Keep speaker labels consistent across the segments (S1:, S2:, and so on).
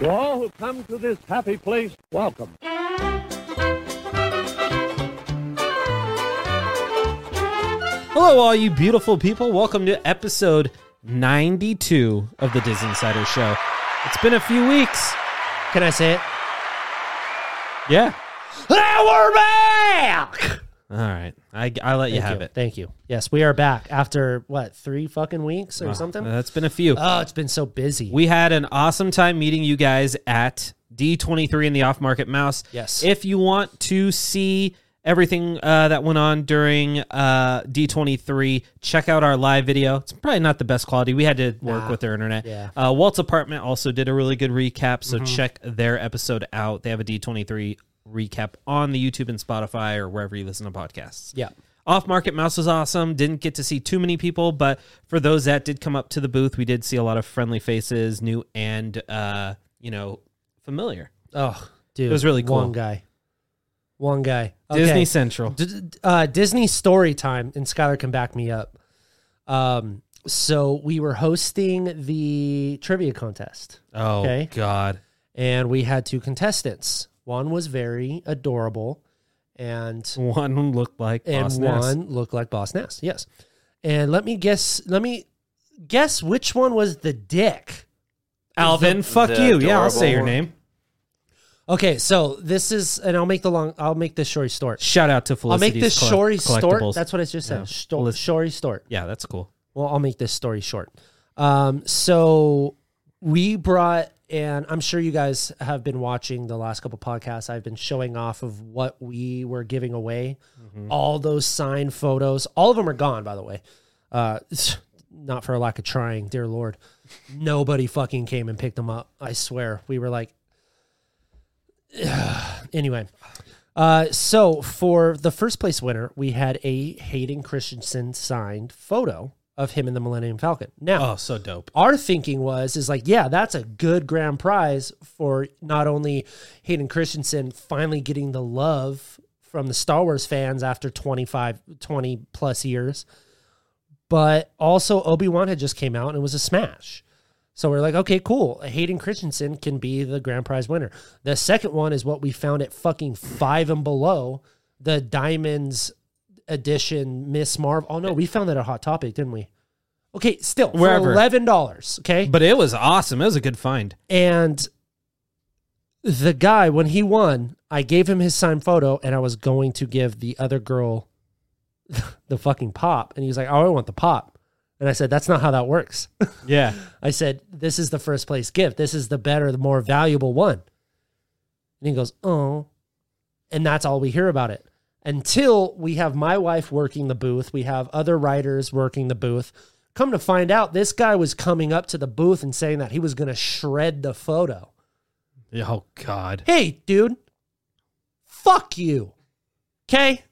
S1: To all who come to this happy place, welcome.
S2: Hello, all you beautiful people. Welcome to episode 92 of the Diz Insider Show. It's been a few weeks. Can I say it? Yeah. Ah, we're back! All right. I, I let you
S3: Thank
S2: have
S3: you.
S2: it.
S3: Thank you. Yes, we are back after what three fucking weeks or something.
S2: Uh, That's been a few.
S3: oh, it's been so busy.
S2: We had an awesome time meeting you guys at D23 in the Off Market Mouse.
S3: Yes.
S2: If you want to see everything uh, that went on during uh, D23, check out our live video. It's probably not the best quality. We had to work with their internet.
S3: Yeah. Mm-hmm.
S2: Uh, Walt's Apartment also did a really good recap, so check their episode out. They have a D23 recap on the YouTube and Spotify or wherever you listen to podcasts.
S3: yeah.
S2: Off Market Mouse was awesome. Didn't get to see too many people, but for those that did come up to the booth, we did see a lot of friendly faces, new and uh, you know, familiar.
S3: Oh, dude,
S2: It was really cool.
S3: One guy, one guy.
S2: Disney
S3: Okay.
S2: Central.
S3: D- d- uh, Disney story time, and Skylar can back me up. Um, so we were hosting the trivia contest,
S2: Oh
S3: Okay.
S2: God.
S3: and we had two contestants. One was very adorable, and
S2: One looked like
S3: and
S2: Boss Nass.
S3: one looked like Boss Nass. Yes, and let me guess. Let me guess which one was the dick.
S2: Alvin, fuck
S4: the
S2: you. Yeah, I'll say your
S4: adorable
S2: name.
S3: Okay, so this is, and I'll make the long. I'll make this story short.
S2: Shout out to
S3: I'll
S2: Felicity.
S3: make this story short. That's what I just
S2: Yeah.
S3: said. Story
S2: Felic-
S3: Story short.
S2: yeah, that's cool.
S3: Well, I'll make this story short. Um, so we brought, and I'm sure you guys have been watching the last couple podcasts. I've been showing off of what we were giving away. All those signed photos, all of them are gone, by the way. Uh, not for a lack of trying, dear Lord. Nobody fucking came and picked them up. I swear. We were like, anyway. Uh, so for the first place winner, we had a Hayden Christensen signed photo of him in the Millennium Falcon. Now,
S2: Oh, so dope.
S3: our thinking was is like, yeah, that's a good grand prize for not only Hayden Christensen finally getting the love from the Star Wars fans after 25 20 plus years, but also Obi-Wan had just came out and it was a smash. So we're like, okay, cool. Hayden Christensen can be the grand prize winner. The second one is what we found at fucking 5 and below, the Diamonds edition Miss Marvel. Oh no, we found that at Hot Topic, didn't we? Okay, still for
S2: Wherever.
S3: eleven dollars. Okay,
S2: But it was awesome. It was a good find.
S3: and the guy when he won, I gave him his signed photo, and I was going to give the other girl the fucking pop, and he was like, "Oh, I want the pop," and I said, "That's not how that works."
S2: Yeah.
S3: I said, "This is the first place gift. This is the better, the more valuable one." And he goes, "Oh," and that's all we hear about it until we have my wife working the booth. We have other writers working the booth. Come to find out, this guy was coming up to the booth and saying that he was going to shred the photo.
S2: Oh God.
S3: Hey, dude, fuck you. Okay,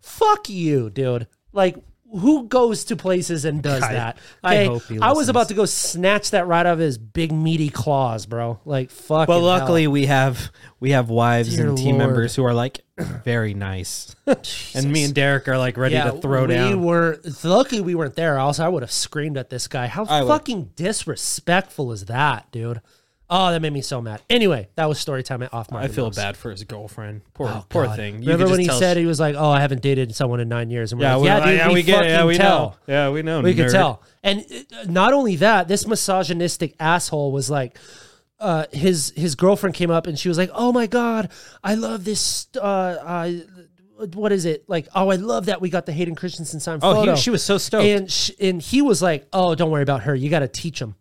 S3: fuck you, dude. Like. Who goes to places and does
S2: I-
S3: that?
S2: I
S3: Okay?
S2: hope he
S3: I was
S2: listens.
S3: about to go snatch that right out of his big meaty claws, bro. Like fuck.
S2: But luckily we have we have wives
S3: Dear
S2: and team
S3: Lord.
S2: members who are like very nice. and me and Derek are like ready to throw
S3: we
S2: down.
S3: were luckily we weren't there. Else I would have screamed at this guy. How
S2: would.
S3: fucking disrespectful is that, dude? Oh, that made me so mad. Anyway, that was story time at off my.
S2: I feel bad for his girlfriend. Poor,
S3: Oh,
S2: poor
S3: God.
S2: thing. You
S3: Remember
S2: could
S3: when
S2: just
S3: he
S2: tell
S3: said
S2: she-
S3: he was like, "Oh, I haven't dated someone in nine years," and we're
S2: Yeah,
S3: like,
S2: we,
S3: "Yeah, dude,
S2: yeah,
S3: we,
S2: we, get, it. yeah,
S3: fucking
S2: we
S3: tell."
S2: know. Yeah, we know.
S3: We could
S2: nerd.
S3: tell. And uh, not only that, this misogynistic asshole was like, uh, his his girlfriend came up and she was like, "Oh my god, I love this. Uh, uh, what is it like? Oh, I love that we got the Hayden Christensen sign
S2: Oh, he-
S3: photo.
S2: she was so stoked.
S3: and sh- and he was like, "Oh, don't worry about her. You got to teach him."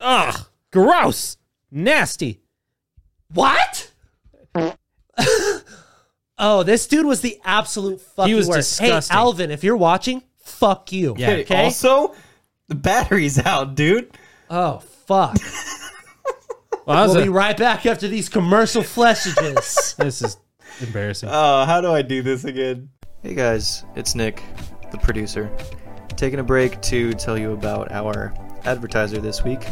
S2: Ugh, gross, nasty.
S3: What? oh, this dude was the absolute fucking
S2: was
S3: worst.
S2: disgusting.
S3: Hey, Alvin, if you're watching, fuck you.
S2: Yeah.
S4: Hey,
S3: Okay.
S4: Also, the battery's out, dude.
S3: Oh fuck.
S2: Well, that was
S3: We'll
S2: a-
S3: be right back after these commercial flessages.
S2: this is embarrassing.
S4: Uh, how do I do this again? Hey guys, it's Nick, the producer. Taking a break to tell you about our advertiser this week.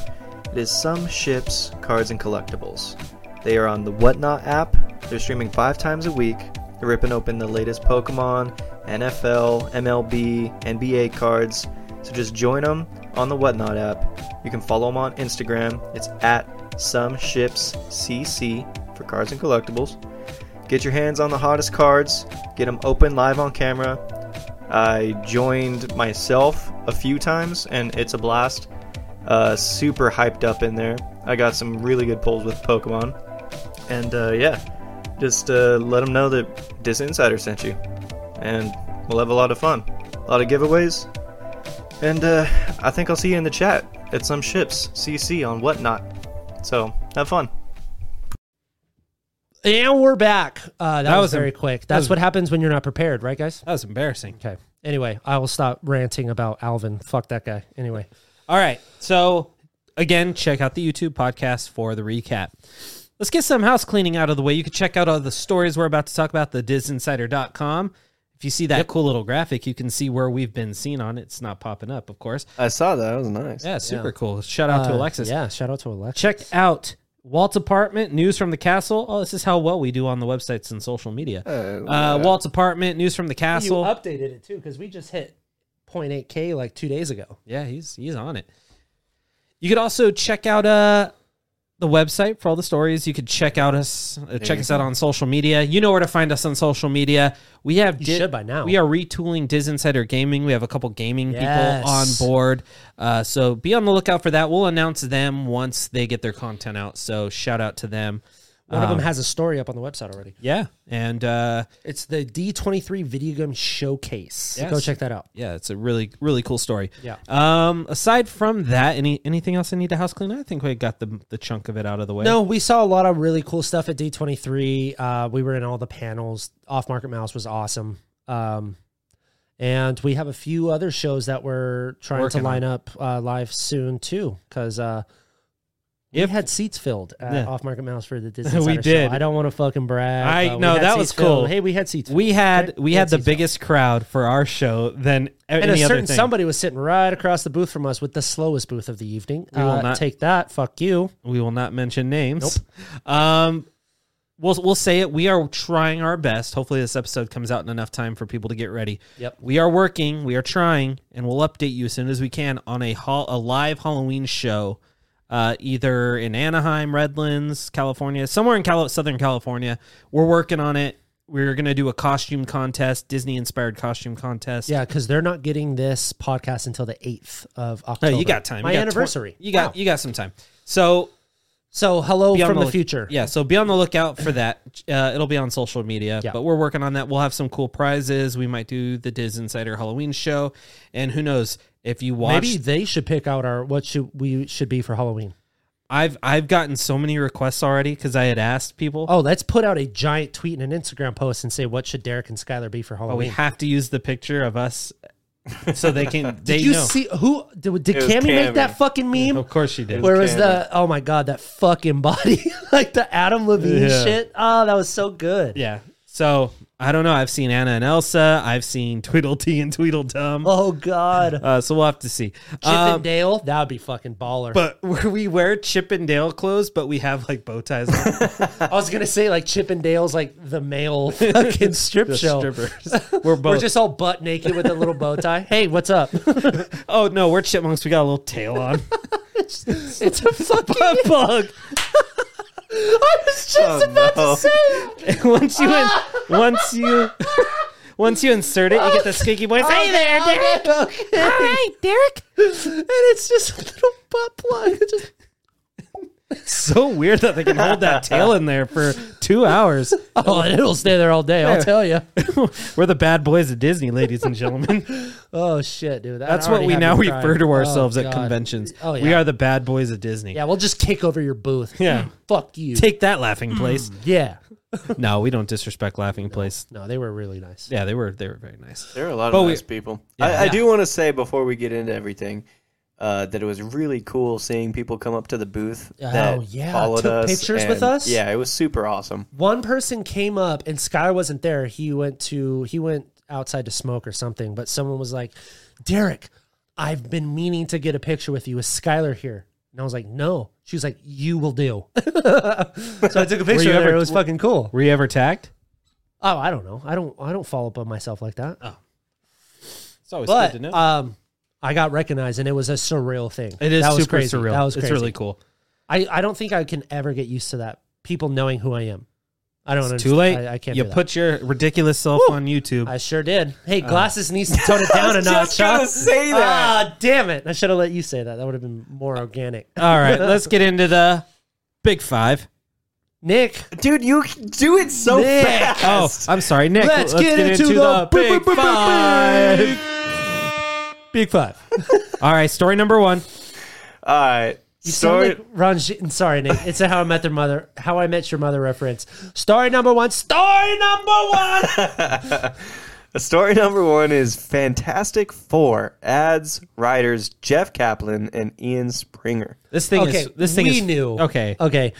S4: It is Some Ships Cards and Collectibles. They are on the Whatnot app. They're streaming five times a week. They're ripping open the latest Pokemon, NFL, MLB, NBA cards. So just join them on the Whatnot app. You can follow them on Instagram. It's at Some Ships CC for cards and collectibles. Get your hands on the hottest cards, get them open live on camera. I joined myself a few times, and it's a blast. Uh, super hyped up in there. I got some really good pulls with Pokemon. And uh, yeah, just uh, let them know that Dis Insider sent you. And we'll have a lot of fun. A lot of giveaways. And uh, I think I'll see you in the chat at some ships, CC on whatnot. So have fun.
S3: And we're back. Uh, that,
S2: That
S3: was,
S2: was
S3: very
S2: em-
S3: quick.
S2: that
S3: That's
S2: was-
S3: what happens when you're not prepared, right, guys?
S2: That was embarrassing.
S3: Okay. Anyway, I will stop ranting about Alvin. Fuck that guy. Anyway,
S2: All right. So again, check out the YouTube podcast for the recap. Let's get some house cleaning out of the way. You can check out all the stories we're about to talk about, the disinsider.com. If you see that cool little graphic, you can see where we've been seen on it. It's not popping up, of course.
S4: I saw that. That was nice.
S2: Yeah, super cool. Shout out to
S3: Uh,
S2: Alexis.
S3: Yeah, shout out to Alexis.
S2: Check out Walt's apartment, news from the castle. Oh, this is how well we do on the websites and social media. Uh, Walt's apartment, news from the
S3: You
S2: castle.
S3: updated it too because we just hit 0.8k like two days ago.
S2: Yeah, he's he's on it. You could also check out uh the website for all the stories. You could check out us, uh, check us out on social media. You know where to find us on social media. We have
S3: You should by now.
S2: We are retooling Diz Insider Gaming. We have a couple gaming
S3: Yes.
S2: people on board, uh, so be on the lookout for that. We'll announce them once they get their content out. So shout out to them.
S3: One
S2: Ah.
S3: of them has a story up on the website already.
S2: Yeah, and uh,
S3: It's the D23 video game showcase.
S2: Yes.
S3: Go check that out.
S2: yeah, it's a really really cool story.
S3: Yeah.
S2: Um, aside from that, any anything else I need to house clean? I think we got the the chunk of it out of the way.
S3: No, we saw a lot of really cool stuff at D23. Uh, we were in all the panels. Off Market Mouse was awesome. Um, and we have a few other shows that we're trying
S2: Working
S3: to
S2: on.
S3: line up uh, live soon too, because uh,
S2: If-
S3: we had seats filled at
S2: Yeah.
S3: Off Market Mouse for the Disney.
S2: We
S3: Insider show.
S2: did.
S3: I don't want to fucking brag.
S2: I-
S3: but we
S2: no,
S3: had
S2: that
S3: seats
S2: was cool.
S3: filled. Hey, we had seats.
S2: We
S3: filled,
S2: had
S3: okay?
S2: we had the
S3: seats filled.
S2: biggest crowd for our show than
S3: And
S2: any
S3: a
S2: other
S3: certain
S2: thing.
S3: somebody was sitting right across the booth from us with the slowest booth of the evening.
S2: will
S3: Uh,
S2: not-
S3: take that, fuck you.
S2: we will not mention names. Um, we'll we'll say it. We are trying our best. Hopefully, this episode comes out in enough time for people to get ready.
S3: Yep.
S2: We are working. We are trying, and we'll update you as soon as we can on a hall a live Halloween show, uh, either in Anaheim, Redlands, California, somewhere in Cali- Southern California. We're working on it. We're gonna do a costume contest, Disney inspired costume contest.
S3: Yeah, because they're not getting this podcast until the eighth of
S2: No,
S3: October.
S2: you got time. You
S3: My
S2: got twen-
S3: anniversary.
S2: you got
S3: Wow.
S2: you got some time. So
S3: so hello
S2: be on
S3: from the,
S2: look-
S3: future.
S2: Yeah, so be on the lookout for that. Uh, it'll be on social media,
S3: Yeah.
S2: but we're working on that. We'll have some cool prizes. We might do the Diz Insider Halloween show, and who knows if you watch.
S3: Maybe they should pick out our what should we should be for Halloween.
S2: I've I've gotten so many requests already because I had asked people.
S3: Oh, let's put out a giant tweet and an Instagram post and say what should Derek and Skylar be for
S2: but we
S3: Halloween.
S2: have to use the picture of us, so they can. They
S3: did you
S2: know.
S3: see who did, did
S4: It was
S3: Cammy make
S4: Cammy.
S3: that fucking meme?
S2: Of course she did.
S3: Where was the oh my god that fucking body like the Adam Levine
S2: Yeah.
S3: shit? Oh, that was so good.
S2: Yeah. So I don't know. I've seen Anna and Elsa. I've seen Tweedledee and Tweedledum.
S3: Oh god, Chip
S2: Uh, so we'll have to see.
S3: and Dale, that would be fucking baller.
S2: but where we wear Chip and Dale clothes, but we have like bow ties. On
S3: I was gonna say like Chip and Dale's like the male fucking strip
S2: the
S3: show.
S2: strippers. We're both.
S3: We're just all butt naked with a little bow tie. Hey, what's up?
S2: oh no, we're chipmunks. We got a little tail on.
S3: it's a fucking.
S2: Butt plug.
S3: I was just about
S4: no.
S3: to say. it.
S2: And once you in, once you once you insert it, you get the squeaky voice. Hey there,
S3: Okay,
S2: Derek.
S3: okay, okay.
S2: All right, Derek.
S3: And it's just a little butt plug. It's just-
S2: So weird that they can hold that tail in there for two hours.
S3: oh, and it'll stay there all day. I'll tell you.
S2: we're the bad boys of Disney, ladies and gentlemen.
S3: Oh shit, dude. That
S2: That's what
S3: already
S2: we
S3: had
S2: now
S3: me crying.
S2: refer to
S3: Oh,
S2: ourselves at
S3: God.
S2: conventions.
S3: Oh, yeah.
S2: We are the bad boys of Disney.
S3: Yeah, we'll just kick over your booth.
S2: Yeah.
S3: Fuck you.
S2: Take that, laughing place.
S3: yeah.
S2: No, we don't disrespect laughing place.
S3: Hmm. No, they were really nice.
S2: Yeah, they were they were very nice.
S4: There are a lot
S2: But
S4: of
S2: we-
S4: nice people. I, I do want to say before we get into everything uh, that it was really cool seeing people come up to the booth that
S3: Oh, yeah,
S4: followed
S3: took
S4: us.
S3: pictures with
S4: and-
S3: us?
S4: Yeah, it was super awesome.
S3: one person came up and Skylar wasn't there. He went to he went outside to smoke or something, but someone was like, "Derek, I've been meaning to get a picture with you. Is Skylar here?" And I was like, "No." She was like, "You will do." so I took a picture
S2: you
S3: of her.
S2: ever-
S3: It was fucking cool.
S2: Were you ever tagged?
S3: Oh, I don't know. I don't I don't follow up on myself like
S2: Oh,
S3: that.
S2: It's always
S3: but uh, um I got recognized and it was a surreal thing.
S2: it is
S3: that was
S2: super
S3: crazy.
S2: surreal.
S3: That was
S2: It's
S3: crazy.
S2: really cool.
S3: I, I don't think I can ever get used to that. People knowing who I am. I don't
S2: It's
S3: understand.
S2: too late.
S3: I, I can't.
S2: You
S3: do that.
S2: put your ridiculous self on YouTube.
S3: I sure did. Hey,
S2: Uh,
S3: glasses needs to tone it down a
S4: was
S3: notch.
S4: just
S3: huh?
S4: gonna say that.
S3: Ah, damn it! I should have let you say that. That would have been more organic.
S2: All right, let's get into the big five.
S3: Nick,
S4: Dude, you do it so
S3: Nick.
S2: Oh,
S4: fast.
S2: I'm sorry, Nick.
S3: Let's get into the
S2: big
S3: big
S2: five.
S3: big five.
S2: All right, story number one.
S4: All right.
S3: You
S4: Story.
S3: sound like Ron. Sh- sorry, Nick. It's a How I Met Their Mother, How I Met Your Mother reference. Story number one. Story number one.
S4: Story number one is Fantastic Four adds writers Jeff Kaplan and Ian Springer.
S2: This thing
S3: okay,
S2: is this thing
S3: we
S2: is
S3: knew.
S2: Okay,
S3: okay.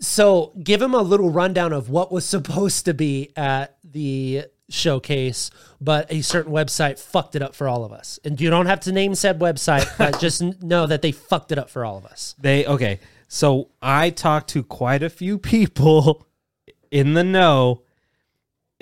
S3: So give him a little rundown of what was supposed to be at the showcase, but a certain website fucked it up for all of us. And you don't have to name said website, but just n- know that they fucked it up for all of us.
S2: they okay. So I talked to quite a few people in the know,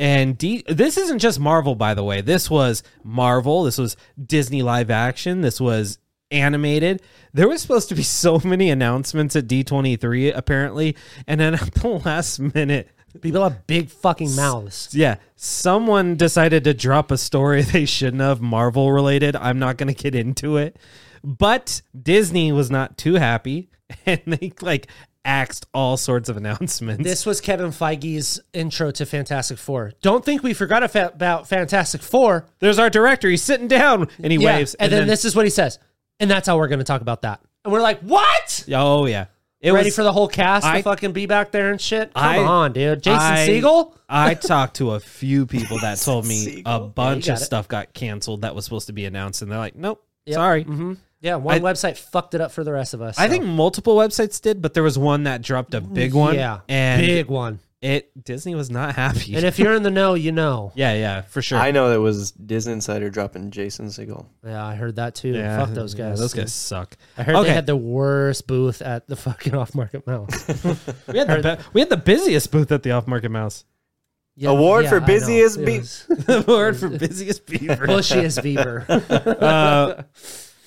S2: and D, this isn't just Marvel, by the way. This was Marvel. This was Disney live action. This was animated. There was supposed to be so many announcements at D twenty three apparently, and then at the last minute.
S3: People have big fucking mouths.
S2: Yeah, someone decided to drop a story they shouldn't have, Marvel related. I'm not going to get into it. But Disney was not too happy and they like axed all sorts of announcements.
S3: This was Kevin Feige's intro to Fantastic Four. Don't think we forgot a fa- about Fantastic Four.
S2: There's our director. He's sitting down and he
S3: Yeah.
S2: waves.
S3: And, then, this is what he says. And that's how we're going to talk about that. And we're like, what?
S2: Oh, yeah. It
S3: Ready
S2: was-
S3: for the whole cast
S2: I-
S3: to fucking be back there and shit? Come
S2: I-
S3: on, dude. Jason
S2: I-
S3: Segel?
S2: I talked to a few people that told me
S4: Siegel.
S2: a bunch
S3: got
S2: of
S3: it.
S2: stuff got canceled that was supposed to be announced. And they're like, nope,
S3: Yep.
S2: sorry.
S3: hmm Yeah, one
S2: I-
S3: website fucked it up for the rest of us.
S2: I
S3: so. Mm,
S2: think multiple websites did, but there was one that dropped a big one.
S3: Yeah,
S2: And
S3: big one.
S2: it Disney was not happy.
S3: And if you're in the know, you know.
S2: yeah, yeah, for sure.
S4: I know that was Disney Insider dropping Jason Segel.
S3: Yeah, I heard that too.
S2: yeah,
S3: Fuck those
S2: yeah,
S3: guys.
S2: those guys suck.
S3: I heard
S2: Okay.
S3: they had the worst booth at the fucking off market mouse.
S2: We had the be- we had the busiest booth at the Off Market Mouse.
S3: Yeah,
S4: Award for
S3: I know.
S4: busiest
S3: It
S4: be-
S3: was
S2: the word for busiest beaver.
S3: Bushiest beaver.
S2: uh,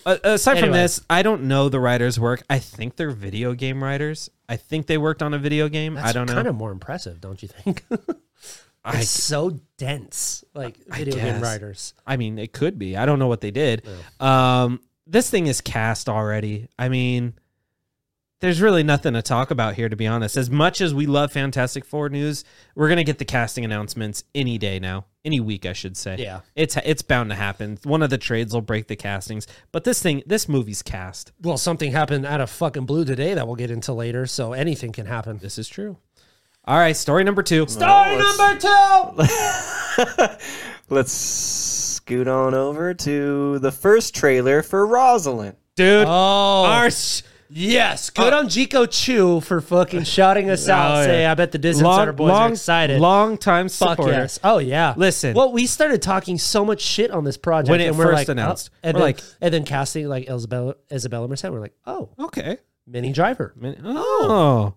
S2: a- aside from
S3: Anyway.
S2: this, I don't know the writers' work. I think they're video game writers. I think they worked on a video game. I don't know.
S3: Kind of more impressive, don't you think?
S2: I-
S3: it's so dense, like video game
S2: guess.
S3: writers.
S2: I mean, it could be. I don't know what they did. Um, this thing is cast already. I mean, there's really nothing to talk about here, to be honest. As much as we love Fantastic Four news, we're gonna get the casting announcements any day now, any week, I should say.
S3: Yeah.
S2: it's it's bound to happen. One of the trades will break the castings, but this thing, this movie's cast.
S3: Well, something happened out of fucking blue today that we'll get into later, so anything can happen.
S2: This is true. All right, story number
S3: Oh,
S2: two.
S4: Story let's- number
S3: two.
S4: Let's scoot on over to the first trailer for Rosalind.
S2: dude. Uh,
S3: Oh,
S2: Arsh.
S3: yes. Good on Jico Chu for fucking shouting us out.
S2: Oh, yeah.
S3: Say, I bet the Disney Center boys are excited.
S2: Long time
S3: Fuck
S2: supporter.
S3: yes. Oh yeah.
S2: Listen.
S3: Well, we started talking so much shit on this project
S2: When it
S3: and we're
S2: first
S3: like, oh,
S2: announced.
S3: and
S2: We're
S3: then,
S2: like-
S3: and then casting like Isabella Isabella Merced. We're like, oh,
S2: Okay.
S3: Mini Driver.
S2: Min- Oh.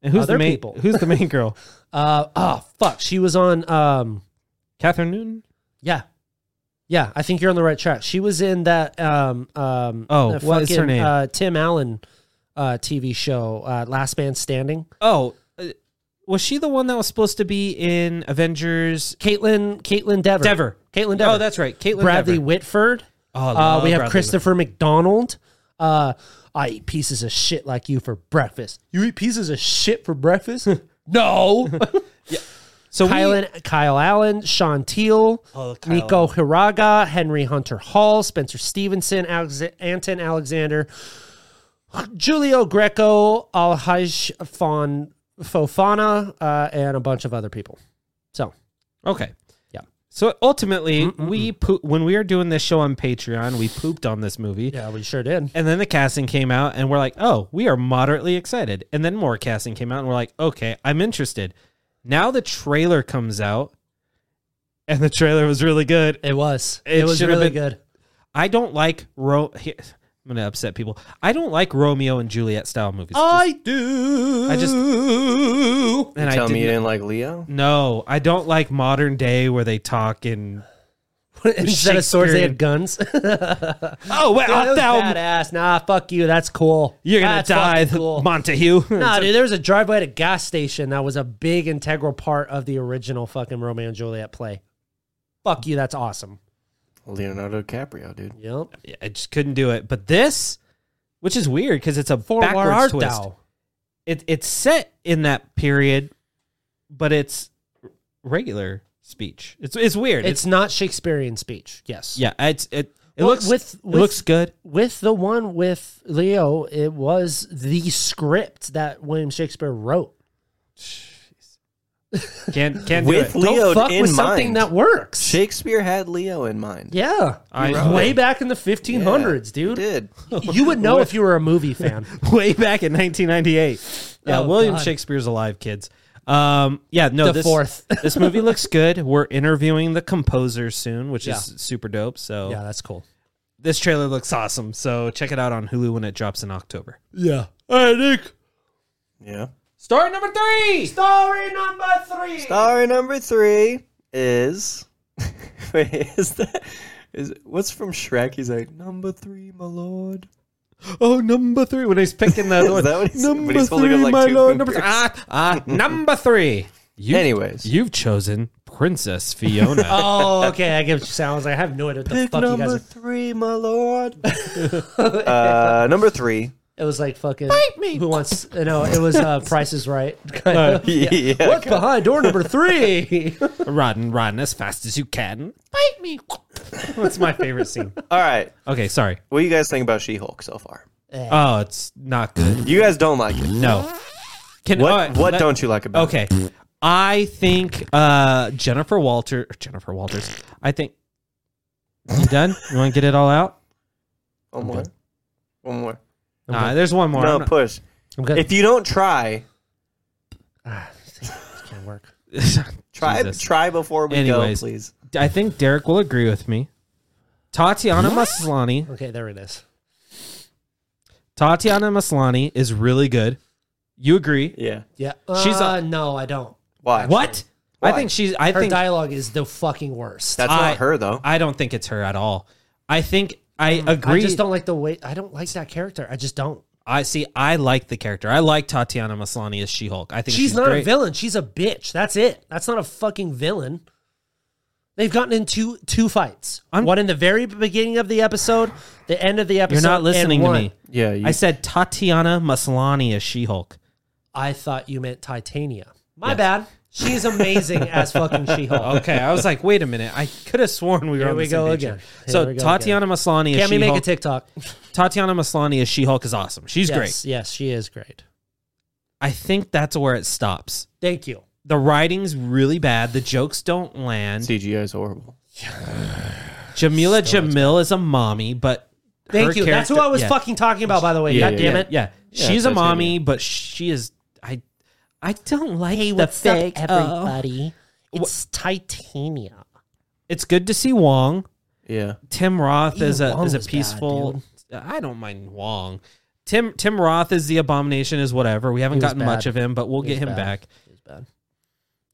S2: And who's
S3: Other
S2: the main
S3: people.
S2: who's the main girl?
S3: Uh oh fuck. She was on um
S2: Catherine Newton?
S3: Yeah. Yeah, I think you're on the right track. She was in that um um
S2: Oh,
S3: the
S2: what is her
S3: fucking,
S2: name?
S3: Uh, Tim Allen uh TV show uh Last Man Standing.
S2: Oh, uh, was she the one that was supposed to be in Avengers
S3: Caitlin Caitlin Dever.
S2: Dever?
S3: Caitlin Dever.
S2: Oh, that's right. Caitlin
S3: Bradley
S2: Dever.
S3: Whitford.
S2: Oh, I
S3: uh,
S2: love
S3: we have
S2: Bradley
S3: Christopher McDonald. Uh I eat pieces of shit like you for breakfast. You eat pieces of shit for breakfast? no.
S2: So we-
S3: Kyle, Kyle Allen, Sean Teal,
S2: Oh, Kyle
S3: Nico Hiraga, Henry Hunter Hall, Spencer Stevenson, Alex- Anton Alexander, Julio Greco, Alhaj Fon Fofana, uh, and a bunch of other people. So
S2: Okay.
S3: Yeah.
S2: So ultimately, we poo- when we were doing this show on Patreon, we pooped on this movie.
S3: yeah, we sure did.
S2: And then the casting came out, and we're like, oh, we are moderately excited. And then more casting came out, and we're like, okay, I'm interested. Now the trailer comes out, and the trailer was really good.
S3: It was.
S2: It
S3: It, was
S2: should've
S3: really
S2: been-
S3: good.
S2: I don't like Ro. here- I'm gonna upset people. I don't like Romeo and Juliet style movies.
S3: Oh, do.
S2: I just
S4: You
S2: and I
S4: tell me you
S2: didn't-
S4: didn't like Leo?
S2: no, I don't like modern day where they talk in
S3: Instead of swords, they
S2: Shakespearean.
S3: had guns.
S2: Oh, wait,
S3: That
S2: art
S3: was
S2: thou-
S3: badass. Nah, fuck you. That's cool.
S2: You're gonna
S3: That's
S2: die,
S3: fucking cool.
S2: Montague.
S3: Nah, dude, there was a driveway at a gas station that was a big integral part of the original fucking Romeo and Juliet play. Fuck you, that's awesome.
S5: Leonardo DiCaprio, dude.
S3: Yep.
S2: I just couldn't do it. But this, which is weird because it's a
S3: For where
S2: backwards
S3: art
S2: twist.
S3: thou?
S2: It, it's set in that period, but it's r- regular speech. It's it's weird.
S3: It's not Shakespearean speech. Yes.
S2: yeah. It's it. It
S3: Well,
S2: looks
S3: with-
S2: it
S3: with-
S2: looks good.
S3: With the one with Leo, it was the script that William Shakespeare wrote.
S2: Can't can't do
S5: With
S2: it.
S3: Don't
S5: Leo
S3: fuck
S5: in
S3: with
S5: mind.
S3: something that works.
S5: Shakespeare had Leo in mind.
S3: yeah.
S2: I-
S3: way back in the
S5: Yeah,
S3: 1500s,
S5: He
S3: dude.
S5: did.
S3: You would know if you were a movie fan.
S2: way back in 1998. Yeah,
S3: Oh,
S2: William
S3: God.
S2: Shakespeare's alive, kids. Um, yeah, no,
S3: The
S2: this,
S3: fourth.
S2: this movie looks good. We're interviewing the composer soon, which is super dope. So
S3: yeah, that's cool.
S2: this trailer looks awesome. So check it out on Hulu when it drops in October.
S3: Yeah. All right, Nick.
S5: Yeah.
S2: Story number three.
S3: Story number three.
S5: Story number three is. Wait, is that. Is, what's from Shrek? He's like, number three, my lord.
S2: Oh, number three. When he's picking the other one.
S5: that what he's-
S2: number
S5: but he's holding
S2: three,
S5: up, like,
S2: my
S5: two
S2: lord. Number three.
S5: fingers.
S2: Ah, ah, number three. You,
S5: Anyways.
S2: you've chosen Princess Fiona.
S3: Oh, okay. I get what you saying. I was like, I have no idea what the
S5: Pick
S3: fuck you
S5: number
S3: guys are.
S5: three, my lord. uh, number three.
S3: It was like fucking. Who wants? You know, it was uh, Price is Right. Kind of.
S5: Yeah.
S3: Look behind door number three.
S2: Run, run as fast as you can. Bite me. That's my favorite scene.
S5: All right.
S2: Okay, sorry.
S5: What do you guys think about She Hulk so far?
S2: Oh, it's not good.
S5: You guys don't like it.
S2: No. Can
S5: What,
S2: all right,
S5: what
S2: let-
S5: don't you like about it?
S2: Okay. I think uh Jennifer Walter Jennifer Walters. I think You done? You want to get it all out?
S5: One more. One more.
S2: Nah, there's one more.
S5: No,
S2: I'm not-
S5: push.
S3: I'm good.
S5: If you don't try,
S3: Ah, this can't work.
S5: try
S2: Jesus.
S5: try before we
S2: Anyways.
S5: go, please.
S2: I think Derek will agree with me. Tatiana Maslany.
S3: Okay, there it is.
S2: Tatiana Maslany is really good. You agree?
S5: Yeah.
S3: Yeah.
S2: She's
S3: She's. Uh, no, I don't.
S5: Why?
S2: What? I
S5: Why?
S2: think she's I
S3: Her
S2: think
S3: dialogue is the fucking worst.
S5: That's
S2: I-
S5: not her though.
S2: I don't think it's her at all. I think I agree.
S3: I just don't like the way. I don't like that character. I just don't.
S2: I see. I like the character. I like Tatiana Maslany as She Hulk. I think
S3: She's, not
S2: great.
S3: a villain. She's a bitch. That's it. That's not a fucking villain. They've gotten into two fights.
S2: I'm-
S3: one in the very beginning of the episode, the end of the episode.
S2: You're not
S3: and
S2: listening to
S3: one-
S2: me.
S5: yeah. You,
S2: I said Tatiana Maslany as She Hulk.
S3: I thought you meant Titania. My bad. She's amazing as fucking She-Hulk.
S2: Okay, I was like, wait a minute. I could have sworn we were
S3: Here
S2: on the
S3: we
S2: same
S3: go
S2: page
S3: again.
S2: here.
S3: Here
S2: So
S3: we go
S2: Tatiana Maslany as
S3: Can we
S2: She
S3: make a
S2: Hulk.
S3: TikTok?
S2: Tatiana Maslany as She Hulk is awesome. She's
S3: yes,
S2: great.
S3: Yes, she is great.
S2: I think that's where it stops.
S3: Thank you.
S2: The writing's really bad. The jokes don't land.
S5: CGI is horrible.
S2: Jamila Jamil is a mommy, but
S3: Thank
S2: her
S3: you. That's who
S2: character-
S3: I was
S2: yeah.
S3: fucking talking about, by the way.
S5: Yeah,
S3: God
S5: yeah,
S3: damn
S5: yeah.
S3: it.
S2: Yeah,
S5: Yeah,
S2: she's a
S5: Titania.
S2: mommy, but she is. I I don't like the fake. oh.
S3: It's Titania.
S2: It's good to see Wong.
S5: Yeah.
S2: Tim Roth
S3: Even
S2: is a
S3: Wong
S2: is a
S3: was bad,
S2: peaceful. I don't mind Wong. Tim Tim Roth is the abomination is whatever. We haven't
S3: was
S2: gotten
S3: bad.
S2: much of him, but we'll
S3: He
S2: get
S3: was
S2: him
S3: bad.
S2: back.
S3: It's bad.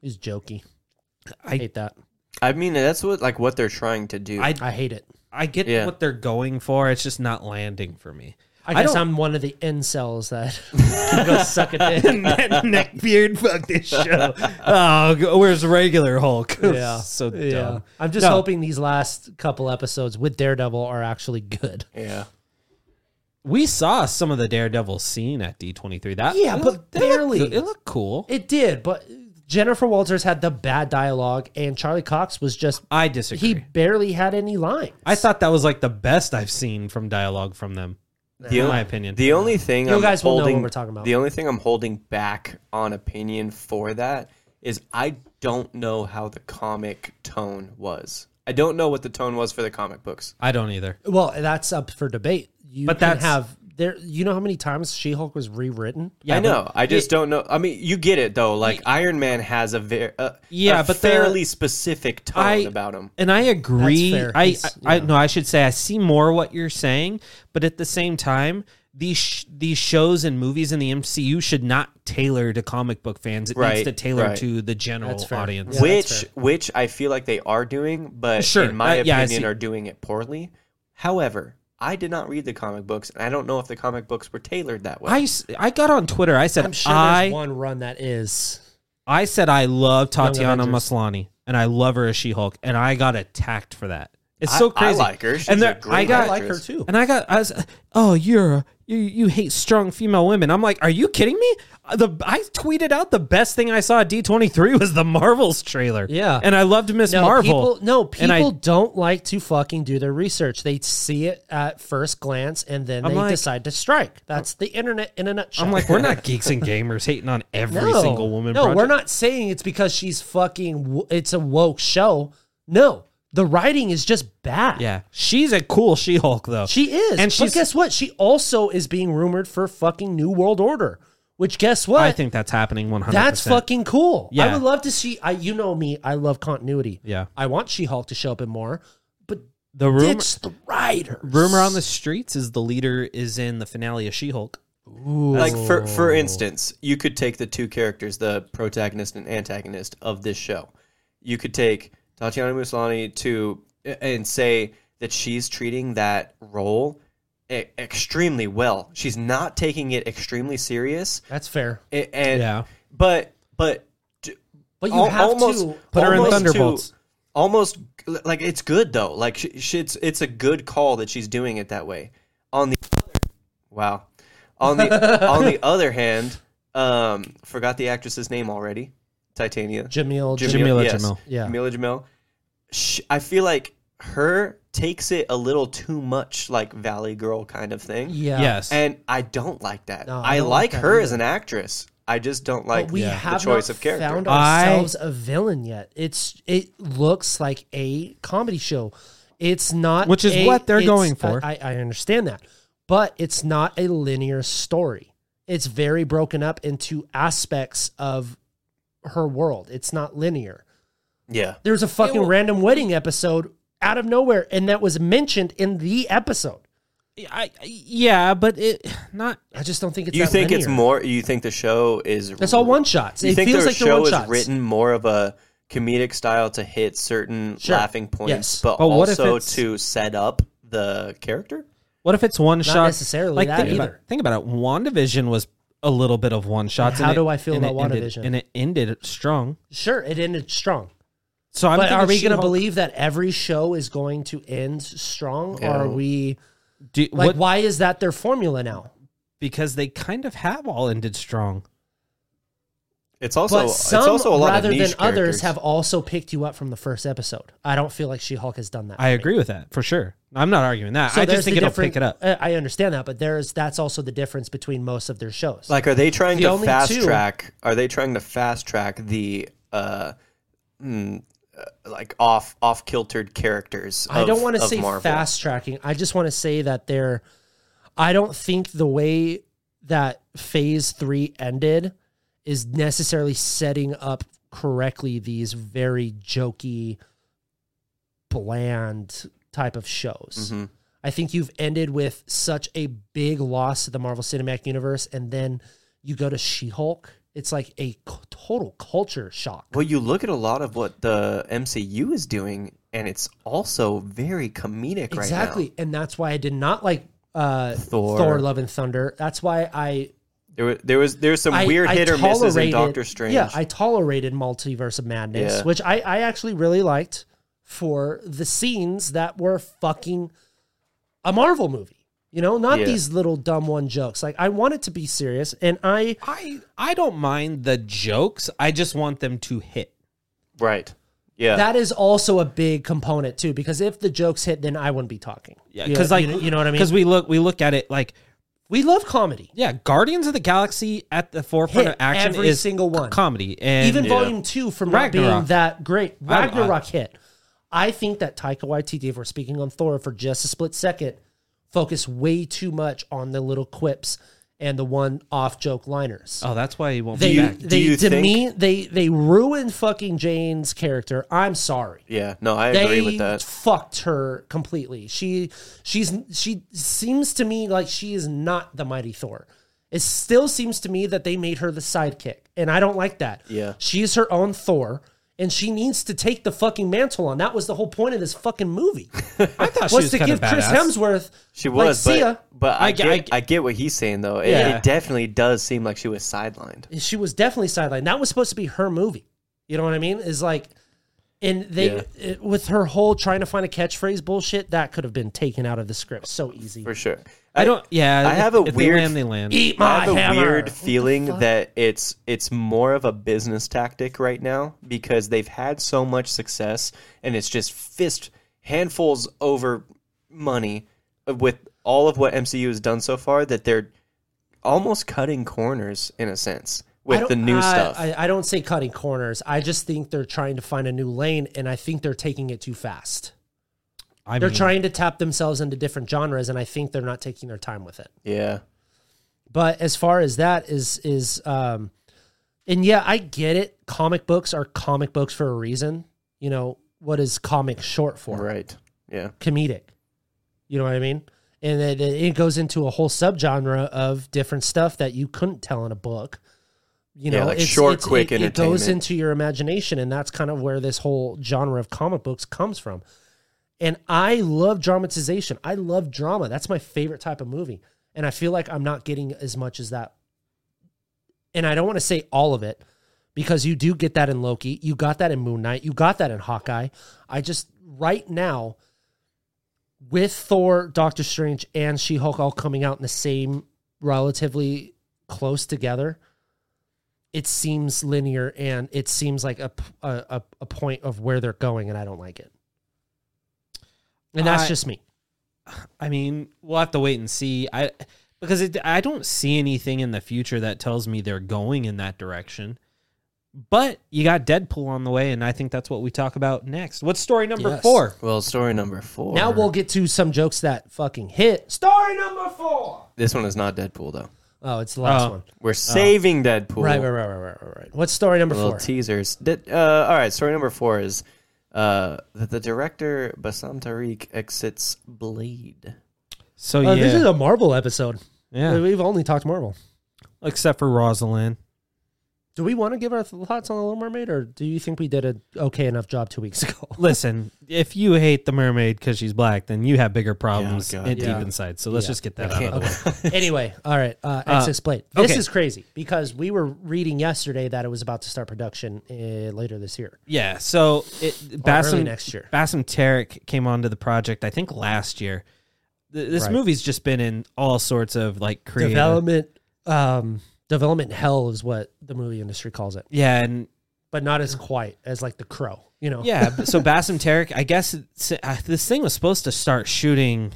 S3: He's jokey.
S2: I-
S3: I hate that.
S5: I mean, that's what like what they're trying to do.
S2: I
S3: I hate it.
S2: I get
S5: Yeah.
S2: what they're going for. It's just not landing for me.
S3: I guess
S2: don't-
S3: I'm one of the incels that can go suck a dick.
S2: Neckbeard fucked this show. Oh, g- where's regular Hulk? so dumb.
S3: I'm just
S2: No.
S3: hoping these last couple episodes with Daredevil are actually good.
S5: yeah.
S2: We saw some of the Daredevil scene at D23. That
S3: Yeah,
S2: it
S3: but
S2: looked- it looked
S3: barely.
S2: good. It looked cool.
S3: It did, but Jennifer Walters had the bad dialogue, and Charlie Cox was just.
S2: I disagree.
S3: He barely had any lines.
S2: I thought that was like the best I've seen from dialogue from them.
S5: The
S2: in
S5: o-
S2: my opinion.
S5: The only thing
S3: You
S5: I'm
S3: guys will know
S5: holding,
S3: what we're talking about.
S5: The only thing I'm holding back on opinion for that is I don't know how the comic tone was. I don't know what the tone was for the comic books.
S2: I don't either.
S3: Well, that's up for debate. You
S2: But
S3: but can
S2: that's-
S3: have there. You know how many times She Hulk was rewritten?
S2: Yeah,
S5: I
S2: but-
S5: know. I just don't know. I mean, you get it though. Like Iron Man has a very a,
S2: Yeah,
S5: a
S2: but they're-
S5: fairly specific tone
S2: I-
S5: about him.
S2: And I agree.
S3: fair.
S2: I,
S3: He's-
S2: I, I no, I should say I see more what you're saying, but at the same time, these sh- these shows and movies in the MCU should not tailor to comic book fans. It needs
S5: Right,
S2: to tailor
S5: right.
S2: to the general
S3: That's fair.
S2: audience.
S3: Yeah, that's
S5: which
S3: fair.
S5: which I feel like they are doing, but
S2: Sure,
S5: in my
S2: uh, yeah, I
S5: opinion,
S2: see.
S5: are doing it poorly. However, I did not read the comic books, and I don't know if the comic books were tailored that way.
S2: I, s- I got on Twitter. I said
S3: I'm sure
S2: I
S3: there's one run that is.
S2: I said I love Tatiana
S3: Avengers.
S2: Maslany and I love her as She Hulk, and I got attacked for that. It's
S5: I-
S2: so crazy.
S5: I like her. She's
S2: and
S5: a
S2: there-
S5: great
S2: I got
S5: I like her
S3: too.
S2: And I got, I was, oh, you're, a- you, you hate strong female women. I'm like, are you kidding me? The I tweeted out the best thing I saw at D23 was the Marvels trailer.
S3: Yeah.
S2: And I loved Miss
S3: No,
S2: Marvel.
S3: People, no,
S2: And
S3: people
S2: I-
S3: don't like to fucking do their research. They see it at first glance and then
S2: I'm
S3: they
S2: like-
S3: decide to strike. That's the internet in a nutshell.
S2: I'm like, we're not geeks and gamers hating on every
S3: No.
S2: single woman.
S3: No,
S2: project.
S3: we're not saying it's because she's fucking. w- It's a woke show. No, the writing is just bad.
S2: Yeah. She's a cool She Hulk, though.
S3: she is.
S2: And
S3: And but
S2: she's-
S3: guess what? She also is being rumored for fucking New World Order. Which guess what?
S2: I think that's happening 100%.
S3: That's fucking cool. I
S2: Yeah.
S3: would love to see. I, you know me. I love continuity.
S2: Yeah.
S3: I want She Hulk to show up in more, but
S2: The rumor,
S3: ditch the writer.
S2: rumor on the streets is the leader is in the finale of She Hulk.
S5: like for for instance, you could take the two characters, the protagonist and antagonist of this show. You could take Tatiana Maslany to and say that she's treating that role e- extremely well. She's not taking it extremely serious,
S3: That's fair.
S5: a- and
S2: Yeah.
S5: but but
S3: But you
S5: al-
S3: have
S5: almost
S3: to
S2: Put her in
S5: almost to-
S2: Thunderbolts.
S5: almost like it's good though. Like she, she, it's it's a good call that she's doing it that way. On the wow, on the on the other hand, um, forgot the actress's name already. Titania,
S3: Jamil.
S2: Jamila Jamil.
S3: Yeah.
S5: Jamila Jamil. Sh I feel like her takes it a little too much, like Valley Girl kind of thing.
S3: Yeah.
S2: Yes.
S5: and I don't like that.
S3: No, I
S5: I,
S3: don't like
S5: like
S3: that
S5: her
S3: either.
S5: as an actress. I just don't
S3: But
S5: like
S3: we
S5: the
S3: have
S5: choice
S3: not
S5: of character.
S3: found
S2: I-
S3: ourselves a villain yet. It's it looks like a comedy show. It's not
S2: Which is
S3: a-
S2: what they're
S3: it's-
S2: going for.
S3: I, I understand that, but it's not a linear story. It's very broken up into aspects of her world. It's not linear.
S5: yeah,
S3: There's a fucking random wedding episode out of nowhere, and that was mentioned in the episode.
S2: I, yeah, but it not.
S3: I just don't think it's.
S5: you
S3: that
S5: think it's
S3: linear.
S5: more? You think the show is?
S3: It's all one shots.
S5: You
S3: It
S5: think
S3: feels
S5: the
S3: like they're
S5: show
S3: one
S5: is
S3: shots.
S5: written more of a comedic style to hit certain
S3: Sure.
S5: laughing points,
S3: Yes.
S5: but,
S2: But what if
S5: also
S2: it's-
S5: to set up the character?
S2: What if it's one shot?
S3: necessarily that
S2: think
S3: either.
S2: About, think about it. Wandavision was a little bit of one shots.
S3: How do I feel
S2: and
S3: about
S2: it ended-
S3: WandaVision?
S2: and it ended strong.
S3: Sure, it ended strong.
S2: So I'm.
S3: but are
S2: thinking
S3: we going to
S2: She-Hulk-
S3: believe that every show is going to end strong? Or are
S5: No.
S3: we
S2: Do,
S3: like,
S2: what,
S3: why is that their formula now?
S2: because they kind of have all ended strong.
S5: It's also
S3: but some,
S5: it's also a lot
S3: rather
S5: of niche
S3: than others,
S5: characters.
S3: have also picked you up from the first episode. I don't feel like She Hulk has done that.
S2: I agree with that for sure. I'm not arguing that. I
S3: there's
S2: just think
S3: the
S2: it'll
S3: different-
S2: pick it up.
S3: I I understand that, but there's that's also the difference between most of their shows.
S5: like are they trying
S3: The
S5: to
S3: only
S5: fast
S3: two-
S5: track? Are they trying to fast track the uh, mm, uh, like off off kiltered characters?
S3: I don't
S5: want to
S3: say
S5: Marvel.
S3: fast tracking. I just want to say that they're. I don't think the way that Phase Three ended is necessarily setting up correctly these very jokey, bland type of shows.
S5: Mhm.
S3: I think you've ended with such a big loss to the Marvel Cinematic Universe, and then you go to She Hulk. It's like a c- total culture shock.
S5: Well, you look at a lot of what the MCU is doing, and it's also very comedic right now.
S3: exactly and that's why i did not like uh thor,
S5: Thor.
S3: love and thunder that's why i
S5: There was there was there's some
S3: I-
S5: weird
S3: I
S5: hit or misses in
S3: tolerated-
S5: Doctor Strange.
S3: yeah i tolerated multiverse of madness
S5: Yeah.
S3: which i i actually really liked for the scenes that were fucking a marvel movie you know not
S5: Yeah.
S3: these little dumb one jokes like i want it to be serious and i
S2: I I don't mind the jokes. I just want them to hit.
S5: right. Yeah.
S3: that is also a big component too because if the jokes hit then i wouldn't be talking
S2: Yeah,
S3: You-
S2: because like
S3: you know, you know what i mean
S2: Because we look we look at it like
S3: we love comedy
S2: yeah, Guardians of the Galaxy at the forefront
S3: Hit
S2: of action
S3: every
S2: is
S3: single one.
S2: c- comedy and
S3: even
S5: Yeah.
S3: volume two from not being
S2: Ragnarok.
S3: that great.
S2: I don't-
S3: Ragnarok hit. I think that Taika Waititi, if we're speaking on Thor for just a split second, focused way too much on the little quips and the one off joke liners.
S2: oh, that's why he won't
S3: they
S2: be back.
S5: do
S3: they
S5: you think-
S3: demean they they ruined fucking Jane's character. I'm sorry.
S5: yeah. No, I
S3: They
S5: agree with that.
S3: fucked her completely. She she's she seems to me like she is not the mighty Thor. It still seems to me that they made her the sidekick, and I don't like that.
S5: Yeah.
S3: She is her own Thor, and she needs to take the fucking mantle on. That was the whole point of this fucking movie.
S2: I thought she
S3: was
S2: was
S3: to
S2: kind of
S3: give Chris
S2: badass.
S3: Hemsworth
S5: She
S3: like,
S5: was,
S3: see ya.
S5: but, but I,
S2: I g- I
S5: get,
S2: g-
S5: I get what he's saying though. It,
S2: Yeah.
S5: it definitely does seem like she was sidelined.
S3: she was definitely sidelined. That was supposed to be her movie. You know what I mean? Is like, and they
S5: Yeah.
S3: it- with her whole trying to find a catchphrase bullshit that could have been taken out of the script so easy.
S5: For sure.
S2: I don't. Yeah,
S5: I
S2: if-
S5: have a
S2: if
S5: weird-
S2: They land, they land.
S3: Eat my
S5: I have a
S3: Ah, hammer.
S5: weird feeling that it's it's more of a business tactic right now because they've had so much success and it's just fist handfuls over money with all of what MCU has done so far that they're almost cutting corners in a
S3: I
S5: sense with
S3: don't-
S5: the new
S3: I-
S5: stuff.
S3: I, I don't say cutting corners. I just think they're trying to find a new lane, and I think they're taking it too fast.
S2: I
S3: They're
S2: mean,
S3: trying to tap themselves into different genres, and I think they're not taking their time with it.
S5: yeah.
S3: But as far as that is is um and yeah, I get it. Comic books are comic books for a reason. You know, what is comic short for?
S5: Right. Yeah.
S3: Comedic. You know what I mean? And it, it goes into a whole subgenre of different stuff that you couldn't tell in a book. You know,
S5: Yeah, like short, quick
S3: it, it goes
S5: entertainment.
S3: into your imagination, and that's kind of where this whole genre of comic books comes from. And I love dramatization. I love drama. That's my favorite type of movie. And I feel like I'm not getting as much as that. And I don't want to say all of it because you do get that in Loki. You got that in Moon Knight. You got that in Hawkeye. I just, right now, with Thor, Doctor Strange, and She Hulk all coming out in the same relatively close together, it seems linear and it seems like a, p- a, a- a point of where they're going. And I don't like it. And that's
S2: I-
S3: just me.
S2: I mean, we'll have to wait and see. I because it, I don't see anything in the future that tells me they're going in that direction. But you got Deadpool on the way, and I think that's what we talk about next. What's story number
S3: Yes.
S2: four?
S5: Well, story number 4.
S3: Now we'll get to some jokes that fucking hit. Story number four.
S5: This one is not Deadpool though.
S3: Oh, it's the last
S2: Oh.
S3: one.
S5: We're saving Deadpool.
S3: Right, right, right, right, right, right, right. What's story number
S5: little
S3: four?
S5: teasers. Did, uh, all right, story number four is uh, that the director Bassam Tariq exits Blade.
S2: So yeah,
S3: Uh, This is a Marvel episode.
S2: yeah,
S3: We've only talked Marvel.
S2: except for Rosalind.
S3: Do we want to give our thoughts on the Little Mermaid, or do you think we did an okay enough job two weeks ago?
S2: Listen, if you hate the mermaid because she's black, then you have bigger problems
S5: God.
S2: in- deep
S3: Yeah.
S2: inside. So let's
S3: Yeah.
S2: just get that out of the way.
S3: anyway, all right. Uh, Access Blade. This
S2: okay.
S3: is crazy because we were reading yesterday that it was about to start production uh, later this year.
S2: Yeah, so it, Bassam
S3: next year.
S2: Bassam Tarek came onto the project I think last year. Th- This
S3: Right.
S2: movie's just been in all sorts of like creative
S3: Development, um, development hell is what the movie industry calls it,
S2: Yeah, and
S3: but not as quite as like The Crow. You know.
S2: yeah, b- so Bassam Tarek, I guess it's, uh, this thing was supposed to start shooting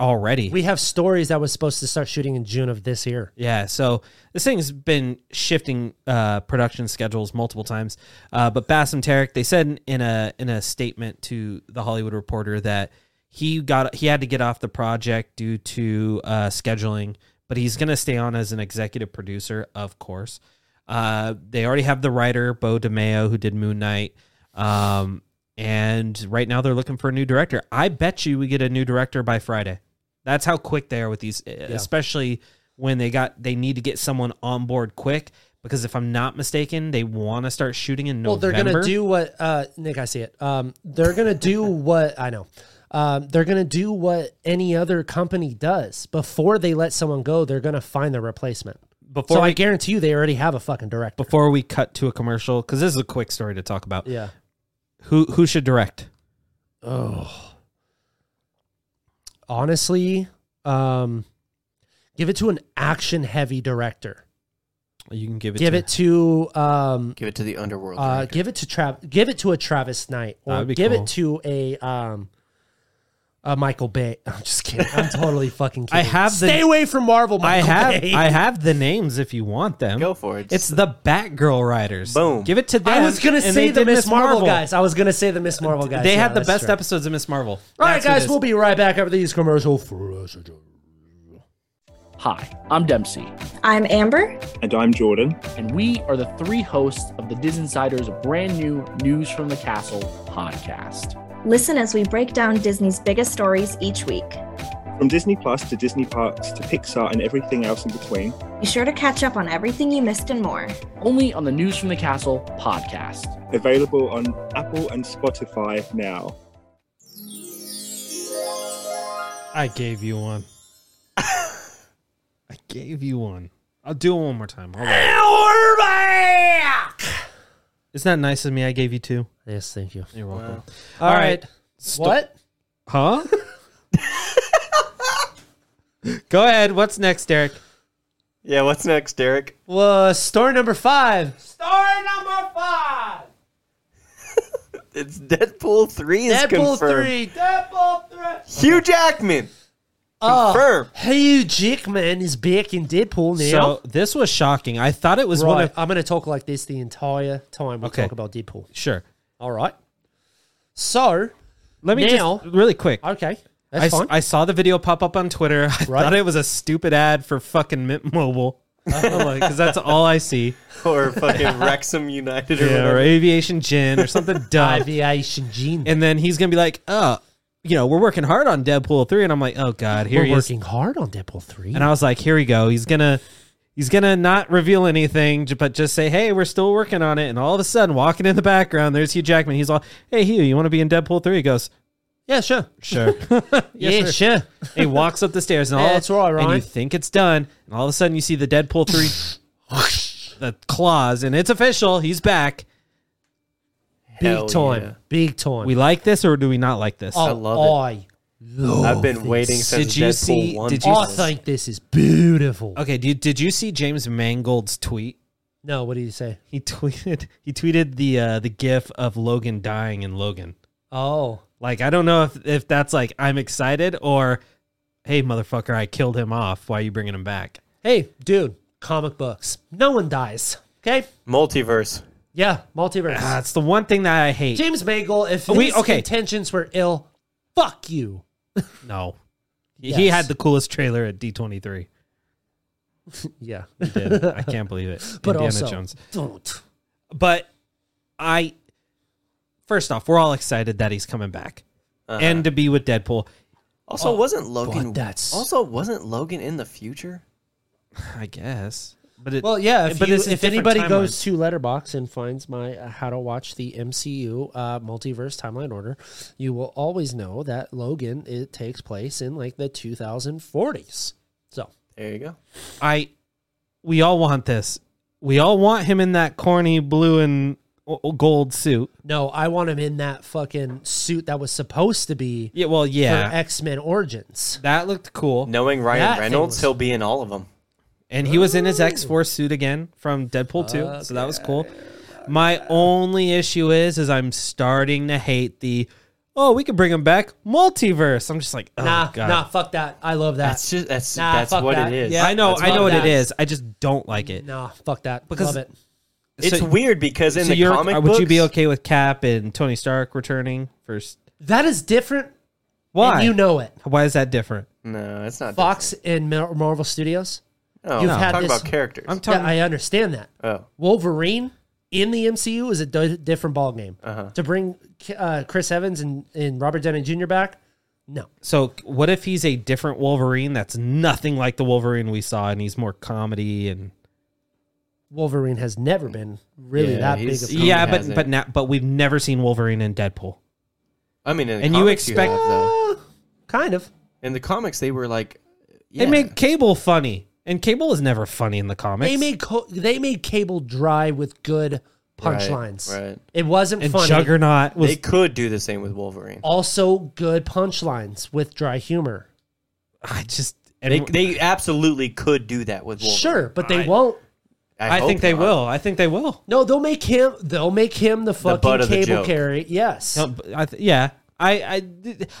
S2: already.
S3: We have stories that was supposed to start shooting in June of this year.
S2: Yeah, so this thing's been shifting uh, production schedules multiple times. Uh, but Bassam Tarek, they said in a in a statement to the Hollywood Reporter that he got he had to get off the project due to uh, scheduling, but he's going to stay on as an executive producer, of course. Uh, they already have the writer Bo DeMeo who did Moon Knight. Um, and right now they're looking for a new director. I bet you we get a new director by Friday. That's how quick they are with these, e, especially when they got they need to get someone on board quick. Because if I'm not mistaken, they want to start shooting in
S3: Well,
S2: November.
S3: they're gonna do what uh, Nick. I see it. Um, they're gonna do what I know. Um, they're gonna do what any other company does before they let someone go. They're gonna find their replacement.
S2: before
S3: so I
S2: we
S3: guarantee you, they already have a fucking director.
S2: before we cut to a commercial. Because this is a quick story to talk about.
S3: Yeah.
S2: Who who should direct?
S3: Oh. Honestly, um, give it to an action-heavy director.
S2: You can give it.
S3: Give
S2: to,
S3: it to um,
S5: Give it to the underworld.
S3: Uh,
S5: director.
S3: give it to Trav. Give it to a Travis Knight, or
S2: That'd be
S3: give
S2: cool.
S3: it to a um, a Michael Bay. I'm just kidding. I'm totally fucking. kidding.
S2: I have the-
S3: Stay away from Marvel.
S2: I
S3: Michael
S2: have
S3: Bay.
S2: I have the names if you want them.
S5: Go for it.
S2: It's the Batgirl writers.
S5: Boom.
S2: Give it to them.
S3: I was gonna
S2: and
S3: say
S2: they
S3: the
S2: did
S3: Miss Marvel, guys. I was gonna say the Miss Marvel guys.
S2: They
S3: Yeah,
S2: had the
S3: that's
S2: best
S3: true.
S2: episodes of Miss Marvel.
S3: All right,
S2: That's who it
S3: guys,
S2: is.
S3: we'll be right back after these commercials. For us.
S6: Hi, I'm Dempsey,
S7: I'm Amber.
S8: And I'm Jordan.
S6: and we are the three hosts of the Diz Insider's brand new News from the Castle podcast.
S7: Listen as we break down Disney's biggest stories each week.
S8: From Disney Plus to Disney Parks to Pixar and everything else in between,
S7: Be sure to catch up on everything you missed and more.
S6: only on the News from the Castle podcast.
S8: Available on Apple and Spotify now.
S2: I gave you one. I gave you one. I'll do it one more time. Hold on. Isn't that nice of me? I gave you two.
S3: Yes, thank you.
S2: You're welcome.
S3: All right.
S2: Sto-
S3: What?
S2: Huh? Go ahead. What's next, Derek?
S5: Yeah, what's next, Derek?
S3: Well, story number five.
S5: It's Deadpool 3 is
S3: Deadpool
S5: confirmed.
S3: three.
S5: Hugh Jackman.
S2: Uh.
S3: Oh,
S5: Confirmed.
S3: Hugh Jackman is back in Deadpool now.
S2: So this was shocking. I thought it was one
S3: right,
S2: of
S3: I'm going to talk like this the entire time we
S2: Okay.
S3: talk about Deadpool.
S2: sure.
S3: All right. So,
S2: Let me
S3: Now-
S2: just really quick. I,
S3: okay, that's
S2: s-
S3: fine.
S2: I saw the video pop up on Twitter. I
S3: Right.
S2: thought it was a stupid ad for fucking Mint Mobile. Because that's all I see.
S5: Or fucking Wrexham United or
S2: Yeah,
S5: whatever.
S2: or aviation gin or something dumb.
S3: Aviation gene.
S2: uh, and then he's gonna be like, "Oh, you know, we're working hard on Deadpool three, and I'm like, "Oh God, here
S3: We're
S2: he is."
S3: working hard on Deadpool three.
S2: And I was like, "Here we go. He's gonna, he's gonna not reveal anything, j- but just say, hey, we're still working on it.'" And all of a sudden, walking in the background, there's Hugh Jackman. He's all, "Hey, Hugh, you want to be in Deadpool 3? He goes,
S3: yeah, sure.
S2: "Sure."
S3: yeah, sure.
S2: And he walks up the stairs, and all
S3: Yeah, that's right,
S2: And you
S3: Ryan.
S2: think it's done, and all of a sudden, you see the Deadpool three, the claws, and it's official. He's back.
S5: Hell
S3: Big time.
S5: yeah.
S3: Big time.
S2: We like this, or do we not like this?
S3: oh,
S5: I love
S3: I love
S5: I've been
S3: this.
S5: waiting since
S2: Oh, Did you
S5: Deadpool
S2: see-
S5: 1.
S2: did you
S3: I
S5: was-
S3: think this is beautiful.
S2: Okay, did did you see James Mangold's tweet?
S3: No, what do you say?
S2: He tweeted he tweeted the uh, the gif of Logan dying in Logan.
S3: Oh,
S2: Like I don't know if if that's like I'm excited or hey motherfucker I killed him off. Why are you bringing him back?
S3: hey, dude, comic books. No one dies. Okay.
S5: Multiverse.
S3: Yeah, multiverse.
S2: That's Uh, the one thing that I hate.
S3: James Mangold, if his
S2: Ah. We- okay.
S3: intentions were ill, fuck you.
S2: No, He-
S3: Yes.
S2: he had the coolest trailer at D23.
S3: Yeah,
S2: He did. I can't believe it.
S3: but
S2: Indiana
S3: also
S2: Jones.
S3: don't.
S2: But I first off, we're all excited that he's coming back and to be with Deadpool.
S5: Also,
S2: Oh,
S5: wasn't Logan.
S3: God, that's-
S5: Also, wasn't Logan in the future?
S2: I guess. But it,
S3: Well, yeah. If,
S2: but
S3: you-
S2: this is
S3: if
S2: different
S3: anybody
S2: timelines.
S3: goes to Letterbox and finds my uh, how to watch the MCU uh, multiverse timeline order, you will always know that Logan it takes place in like the 2040s. So
S5: There you go.
S2: I we all want this. We all want him in that corny blue and o- o- gold suit.
S3: no, I want him in that fucking suit that was supposed to be
S2: Yeah, well,
S3: for
S2: yeah.
S3: X Men Origins.
S2: That looked cool.
S5: Knowing Ryan
S3: That thing
S5: Reynolds,
S3: was-
S5: he'll be in all of them.
S2: And he was in his X-Force suit again from Deadpool 2, so that was cool. My only issue is is I'm starting to hate the oh, we could bring him back multiverse. I'm just like, oh
S3: nah,
S2: god.
S3: nah, fuck that. I love that.
S5: That's just that's
S3: Nah,
S5: that's
S3: fuck
S5: what
S3: that.
S5: it is.
S2: I know,
S3: That's
S2: I know
S3: love
S2: what
S3: that.
S2: it is. I just don't like it.
S3: Nah, fuck that.
S2: Because-
S3: love it.
S5: It's
S2: So-
S5: weird because in
S2: so
S5: the
S2: you're,
S5: comic
S2: would you be
S5: books-
S2: okay with Cap and Tony Stark returning first?
S3: That is different. and
S2: Why?
S3: you know it.
S2: Why is that different?
S5: No, it's not.
S3: Fox and Mar- Marvel Studios.
S5: No,
S3: you've
S5: I'm
S3: had
S5: talking
S3: this-
S5: about characters.
S2: I'm talking
S3: Yeah, I understand that.
S5: oh,
S3: Wolverine in the MCU is a di- different ballgame.
S5: Uh-huh.
S3: To bring uh, Chris Evans and, and Robert Downey Jr. back, no.
S2: So what if he's a different Wolverine that's nothing like the Wolverine we saw and he's more comedy and
S3: Wolverine has never been really
S5: Yeah,
S3: that big
S5: he's-
S3: of a
S5: He
S2: Yeah, but
S5: hasn't.
S2: but now but we've never seen Wolverine in Deadpool.
S5: I mean, in the
S2: And you
S5: comics
S2: expect-
S5: have, though.
S3: kind of.
S5: in the comics they were like, yeah,
S2: They made Cable funny. And Cable is never funny in the comics.
S3: They made co- they made Cable dry with good
S5: Right,
S3: punchlines.
S5: right.
S3: It wasn't
S2: and
S3: funny.
S2: Juggernaut was
S5: They could do the same with Wolverine.
S3: also good punchlines with dry humor.
S2: I just
S5: They,
S2: and
S5: they absolutely could do that with Wolverine.
S3: Sure, but they won't.
S2: I,
S5: hope
S2: think they
S5: not.
S2: will. I think they will.
S3: No, they'll make him. They'll make him the fucking
S5: butt of the
S3: cable
S5: joke.
S3: carry. Yes,
S2: No, but I th- yeah. I,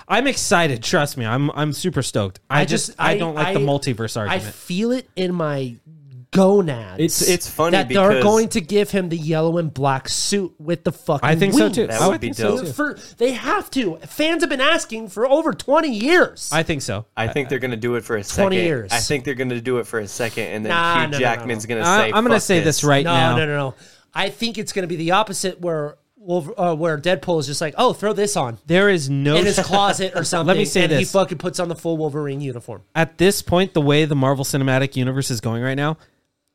S2: I am excited. Trust me, I'm I'm super stoked. I, just, I, don't like the multiverse
S3: I
S2: argument.
S3: feel it in my gonads.
S5: It's- it's funny
S3: that they're
S5: because-
S3: going to give him the yellow and black suit with the fucking.
S2: I, think so too.
S5: That
S2: I
S5: would
S2: would
S5: be
S2: think so
S5: dope.
S2: too.
S3: For, they have to. Fans have been asking for over twenty years.
S2: I think so.
S5: I think they're gonna do it for a second.
S3: 20 years.
S5: I think they're gonna do it for a second, and then
S3: Nah,
S5: Hugh
S3: no, no, no,
S5: Jackman's gonna
S2: I,
S5: say,
S2: am going to
S5: "Fuck
S2: say this right
S3: no,
S2: now.
S3: no, no, no. I think it's going to be the opposite where. Wolver- Uh, where Deadpool is just like, oh, throw this on
S2: There is no
S3: in his closet or something.
S2: me say
S3: and He
S2: this.
S3: fucking puts on the full Wolverine uniform.
S2: at this point, the way the Marvel Cinematic Universe is going right now,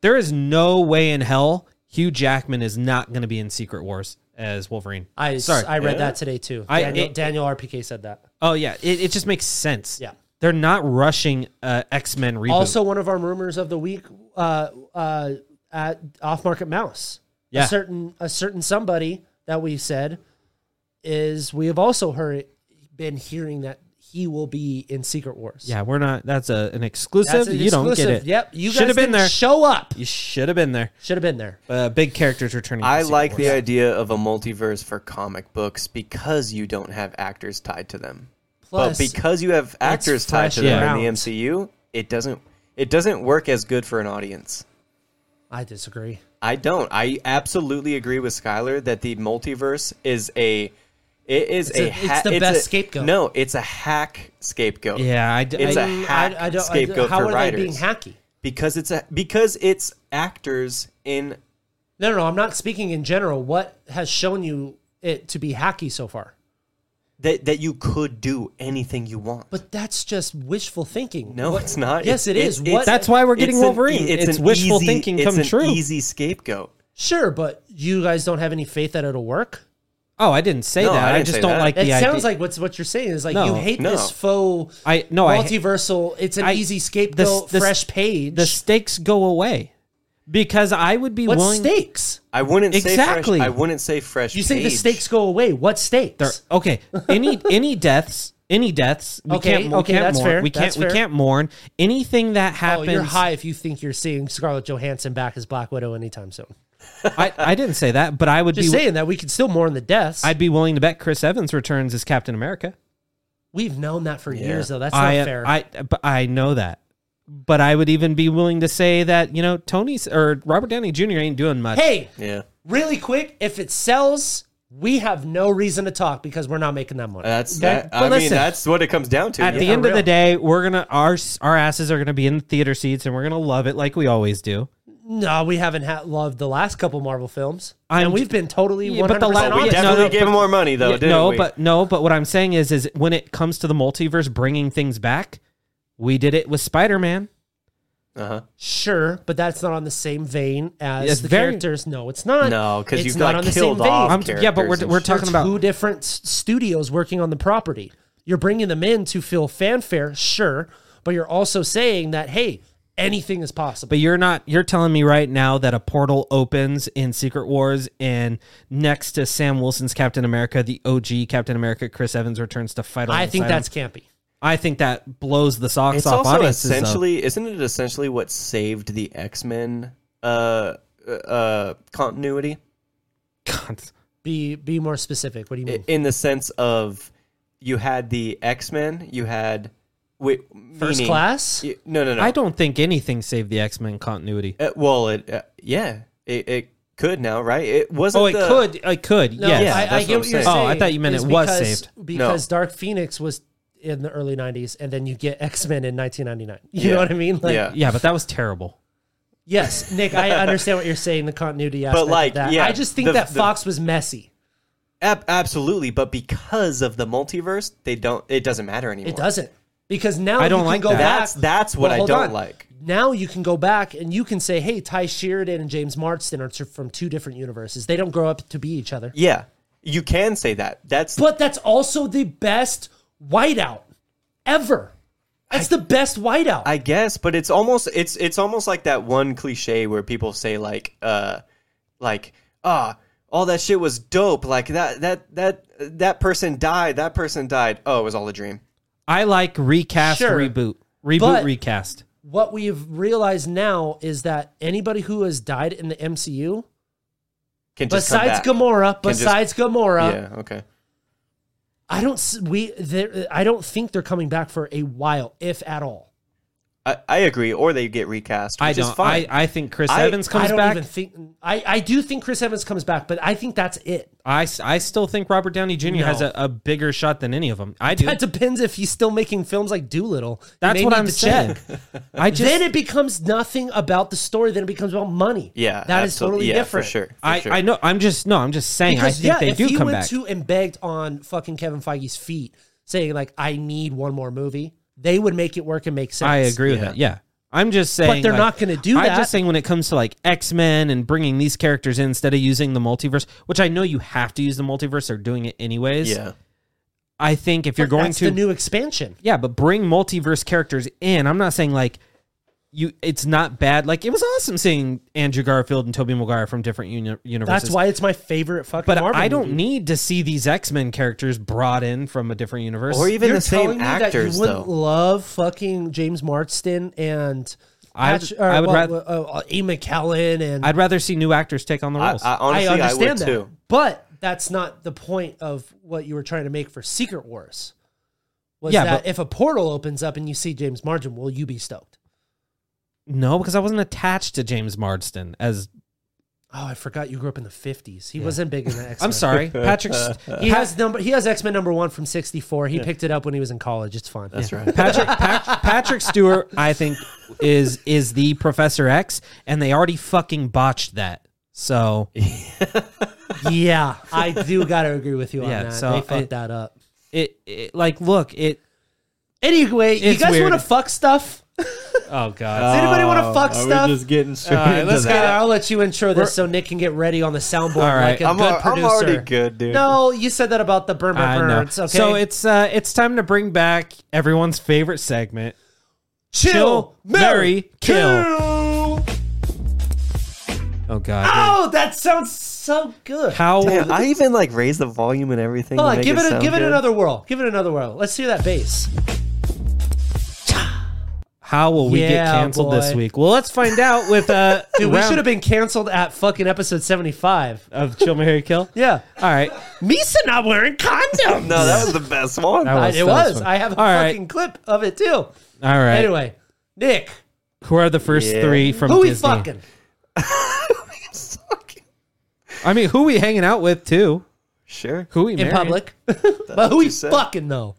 S2: There is no way in hell Hugh Jackman is not going to be in Secret Wars as Wolverine.
S3: I
S2: Sorry.
S3: I read that today too.
S2: I-
S3: Daniel,
S2: it-
S3: Daniel RPK said that.
S2: Oh yeah, it, it just makes sense.
S3: Yeah.
S2: they're not rushing uh, X Men reboot.
S3: Also, one of our rumors of the week uh, uh, at Off Market Mouse.
S2: Yeah.
S3: A certain a certain somebody that we've said is we have also heard been hearing that he will be in Secret Wars.
S2: yeah, we're not. That's a, an exclusive.
S3: That's an
S2: you don't get
S3: exclusive.
S2: it.
S3: Yep, you
S2: should have been there.
S3: Show up.
S2: you should have been there.
S3: Should have been there.
S2: Uh, big characters returning. to
S5: I
S2: Secret
S5: like the
S2: Wars.
S5: idea of a multiverse for comic books because you don't have actors tied to them.
S3: Plus,
S5: but because you have actors tied
S3: fresh
S5: to them in
S3: ground.
S5: the MCU, it doesn't it doesn't work as good for an audience.
S3: I disagree.
S5: I don't. I absolutely agree with Skylar that the multiverse is a it is
S3: It's
S5: a,
S3: a- it's
S5: ha-
S3: the best
S5: a-
S3: scapegoat.
S5: No, it's a hack scapegoat.
S2: Yeah, I, d-
S5: It's
S2: I-
S5: a hack
S3: I, I don't.
S5: scapegoat
S3: how
S5: for
S3: are
S5: writers
S3: they being hacky?
S5: because it's a because it's actors in
S3: No, no, no. I'm not speaking in general. What has shown you it to be hacky so far?
S5: that that you could do anything you want.
S3: But that's just wishful thinking.
S5: No,
S3: What-
S5: it's not.
S3: Yes, it
S5: It's-
S3: is.
S5: it's-
S3: What?
S2: that's why we're getting
S5: It's an
S2: Wolverine.
S5: e-
S2: it's wishful
S5: easy-
S2: thinking
S5: it's
S2: come
S5: an
S2: true.
S5: Easy scapegoat.
S3: sure, but you guys don't have any faith that it'll work.
S2: oh, I didn't say
S5: No,
S2: that.
S5: I
S2: I,
S5: didn't
S2: just
S5: say
S2: don't
S5: that.
S2: like
S3: It
S2: the idea.
S3: sounds like what's what you're saying is like
S2: No,
S3: you hate
S5: no.
S3: this faux
S2: I no. I hate-
S3: multiversal. it's an
S2: I-
S3: easy scapegoat,
S2: the s-
S3: fresh page.
S2: the stakes go away because I would be
S3: what
S2: willing.
S3: stakes?
S5: I wouldn't
S2: Exactly.
S5: say fresh. I wouldn't say fresh.
S3: You think the
S5: page.
S3: stakes go away? What stakes?
S2: There- okay. Any any deaths. Any deaths. We
S3: Okay,
S2: can't. We
S3: okay,
S2: can't
S3: that's
S2: mourn.
S3: fair,
S2: We can't.
S3: that's
S2: we
S3: fair.
S2: can't mourn anything that
S3: Oh,
S2: happens.
S3: you're high if you think you're seeing Scarlett Johansson back as Black Widow anytime soon.
S2: I, I didn't say that, but I would
S3: Just
S2: be.
S3: saying that we can still mourn the deaths.
S2: I'd be willing to bet Chris Evans returns as Captain America.
S3: We've known that for years, though. That's
S2: I,
S3: not fair.
S2: I, but I know that, but I would even be willing to say that you know Tony's or Robert Downey Jr. ain't doing much.
S3: hey,
S5: Yeah,
S3: really quick, if it sells, we have no reason to talk because we're not making that money.
S5: that's
S2: Okay,
S5: that.
S2: but
S5: I mean,
S2: listen.
S5: that's what it comes down to.
S2: At
S5: yeah.
S2: the end of
S3: real.
S2: the day, we're gonna our our asses are gonna be in the theater seats and we're gonna love it like we always do.
S3: no, we haven't ha- loved the last couple Marvel films,
S2: I'm-
S3: and we've been totally
S2: Yeah,
S3: one
S2: but the
S3: hundred
S2: la-
S3: percent
S5: we
S2: yeah,
S3: honest.
S5: definitely
S2: no,
S5: gave
S2: but-
S5: him more money though,
S2: Yeah,
S5: didn't
S2: no,
S5: we?
S2: but no, but what I'm saying is, is when it comes to the multiverse bringing things back, we did it with Spider Man.
S5: uh-huh.
S3: Sure, but that's not on the same vein as
S2: It's
S3: the
S2: very-
S3: characters. No, it's not.
S5: No, 'cause
S3: It's
S5: you've,
S3: not
S5: like,
S3: on the same
S5: killed
S3: vein.
S5: off-
S2: I'm, yeah, but
S5: characters
S2: we're
S5: and
S2: we're
S5: shit.
S2: talking
S3: They're
S2: about
S3: two different s- studios working on the property. You're bringing them in to fill fanfare, sure, but you're also saying that hey, anything is possible.
S2: But you're not. You're telling me right now that a portal opens in Secret Wars, and next to Sam Wilson's Captain America, the OG Captain America, Chris Evans returns to fight.
S3: I think
S2: alongside him.
S3: that's campy.
S2: I think that blows the socks
S5: It's
S2: off
S5: also
S2: audiences. though.
S5: essentially, isn't it essentially what saved the X Men uh, uh, uh, continuity
S2: God,
S3: Be be more specific. What do you mean?
S5: I- in the sense of you had the X Men, you had wait,
S3: First
S5: meaning-
S3: class?
S5: y- No, no, no.
S2: I don't think anything saved the X Men continuity.
S5: Uh, well, it uh, yeah, it, it could now, right? It wasn't.
S2: Oh, it
S5: the-
S2: could. It could.
S3: No,
S2: yes.
S5: Yeah,
S3: I, I
S5: that's
S3: get
S5: what
S3: what
S5: I'm
S3: you're
S5: saying.
S3: saying.
S2: Oh, I thought you meant
S3: is
S2: it was
S3: because-
S2: saved.
S3: Because Dark Phoenix was in the early 90s, and then you get X Men in 1999. You
S5: Yeah.
S3: know what I mean? Like,
S5: Yeah.
S2: yeah, but that was terrible.
S3: Yes, Nick, I understand what you're saying, the continuity aspect. of
S5: like,
S3: that.
S5: yeah,
S3: I just think
S5: the-
S3: that
S5: the-
S3: Fox was messy.
S5: Ab- absolutely, but because of the multiverse, they don't. It doesn't matter anymore.
S3: It doesn't. Because now
S2: I don't
S3: you can
S2: like
S3: go
S2: that.
S3: back.
S5: That's that's what
S3: Well,
S5: I
S3: hold
S5: don't
S3: on.
S5: like.
S3: Now you can go back and you can say, hey, Ty Sheridan and James Marsden are t- from two different universes. They don't grow up to be each other.
S5: Yeah, you can say that. That's
S3: But that's also the best whiteout ever. That's the best whiteout.
S5: I guess, but it's almost it's it's almost like that one cliche where people say like uh like ah all that shit was dope like that that that that person died that person died oh it was all a dream
S2: I like recast,
S3: Sure.
S2: reboot, reboot,
S3: But-
S2: recast.
S3: what we've realized now is that anybody who has died in the MCU,
S5: can just come
S3: besides
S5: back.
S3: Gamora,
S5: Can just-
S3: besides Gamora,
S5: yeah okay
S3: I don't s- we there- I don't think they're coming back for a while, if at all.
S5: I, I agree or they get recast which
S2: I don't.
S5: is fine
S2: I, I think Chris
S5: I-
S2: Evans comes
S3: I don't
S2: back.
S3: even think I, I do think Chris Evans comes back, but I think that's it.
S2: I, s- I still think Robert Downey Jr. has
S3: No.
S2: a, a bigger shot than any of them. I do.
S3: That depends if he's still making films like Doolittle. You
S2: That's
S3: may
S2: what
S3: need
S2: I'm
S3: to
S2: saying.
S3: check.
S2: I just
S3: then it becomes nothing about the story. Then it becomes about money.
S5: yeah
S3: that is
S5: absol-
S3: totally
S5: yeah,
S3: different.
S5: for sure for
S2: I,
S5: sure.
S2: I know I'm just no I'm just saying
S3: Because
S2: I
S3: yeah,
S2: think they
S3: if
S2: do
S3: he
S2: come
S3: went
S2: back.
S3: to and begged on fucking Kevin Feige's feet, saying like, "I need one more movie," they would make it work and make sense.
S2: I agree with that. Yeah. I'm just saying,
S3: but they're
S2: like,
S3: not going to do that.
S2: I'm just saying when it comes to like X Men and bringing these characters in instead of using the multiverse, which I know you have to use the multiverse, they're doing it anyways.
S5: Yeah.
S2: I think if you're
S3: But
S2: going
S3: that's
S2: to
S3: the new expansion.
S2: yeah, but bring multiverse characters in. I'm not saying like you. It's not bad. Like it was awesome seeing Andrew Garfield and Tobey Maguire from different uni- universes.
S3: That's why it's my favorite fucking.
S2: But
S3: Marvel
S2: I don't
S3: movie.
S2: need to see these X Men characters brought in from a different universe.
S5: Or even
S3: You're
S5: the same
S3: telling me that
S5: actors,
S3: you wouldn't
S5: though.
S3: love fucking James Marsden and
S2: I would-
S3: Patch-
S2: I would
S3: well,
S2: rath-
S3: uh, uh, E. McKellen and
S2: I'd rather see new actors take on the
S5: I,
S2: roles.
S5: I honestly, I, would
S3: understand that,
S5: too.
S3: but that's not the point of what you were trying to make for Secret Wars. Was
S2: Yeah,
S3: that
S2: but-
S3: if a portal opens up and you see James Marsden, will you be stoked?
S2: no, because I wasn't attached to James Marsden as.
S3: Oh, I forgot you grew up in the fifties. He wasn't big in the X.
S2: I'm sorry, Uh, Patrick.
S3: He has number. He has X Men number one from '64. He picked it up when he was in college. It's fine.
S5: That's right.
S2: Patrick, Pat, Patrick Stewart, I think is is the Professor X, and they already fucking botched that. So
S3: yeah, I do gotta agree with you on
S2: Yeah,
S3: that.
S2: so
S3: they
S2: I-
S3: fucked that up.
S2: it, it like look it.
S3: Anyway, you
S2: It's
S3: guys
S2: weird.
S3: want to fuck stuff?
S2: Oh God.
S3: Does anybody want to fuck
S9: Are we
S3: stuff?
S9: just getting straight into
S3: Let's
S9: that?
S3: get. I'll let you intro this so Nick can get ready on the soundboard
S2: All right.
S3: like a
S5: I'm,
S3: good
S5: al- I'm
S3: producer.
S5: already good, dude.
S3: No, you said that about the burn my
S2: I know.
S3: burns. Okay,
S2: So it's uh, it's time to bring back everyone's favorite segment.
S3: chill,
S2: marry, kill. Oh God!
S3: Oh, that sounds so good.
S2: How
S5: Damn, I even like raised the volume and everything.
S3: Hold
S5: to
S3: on,
S5: make
S3: Oh, give it, a,
S5: sound
S3: give it
S5: good.
S3: another whirl. Give it another whirl. Let's hear that bass.
S2: how will we get
S3: Yeah,
S2: canceled this
S3: boy.
S2: week? Well, let's find out with uh,
S3: Dude, we
S2: round
S3: should have been canceled at fucking episode seventy-five.
S2: of Chill Mary Kill.
S3: Yeah,
S2: All right,
S3: Misa not wearing condoms.
S5: No, that was the best one.
S2: That
S3: I-
S2: was-
S3: it
S2: that was
S3: was.
S2: fun.
S3: I have a
S2: All right.
S3: fucking clip of it too.
S2: all right.
S3: Anyway, Nick,
S2: who are the first
S5: Yeah.
S2: three from
S3: who we
S2: Disney?
S3: fucking?
S2: I mean, who we hanging out with too?
S5: sure.
S2: Who we
S3: in
S2: married?
S3: public. but who
S5: what
S3: we
S5: you said.
S3: fucking though?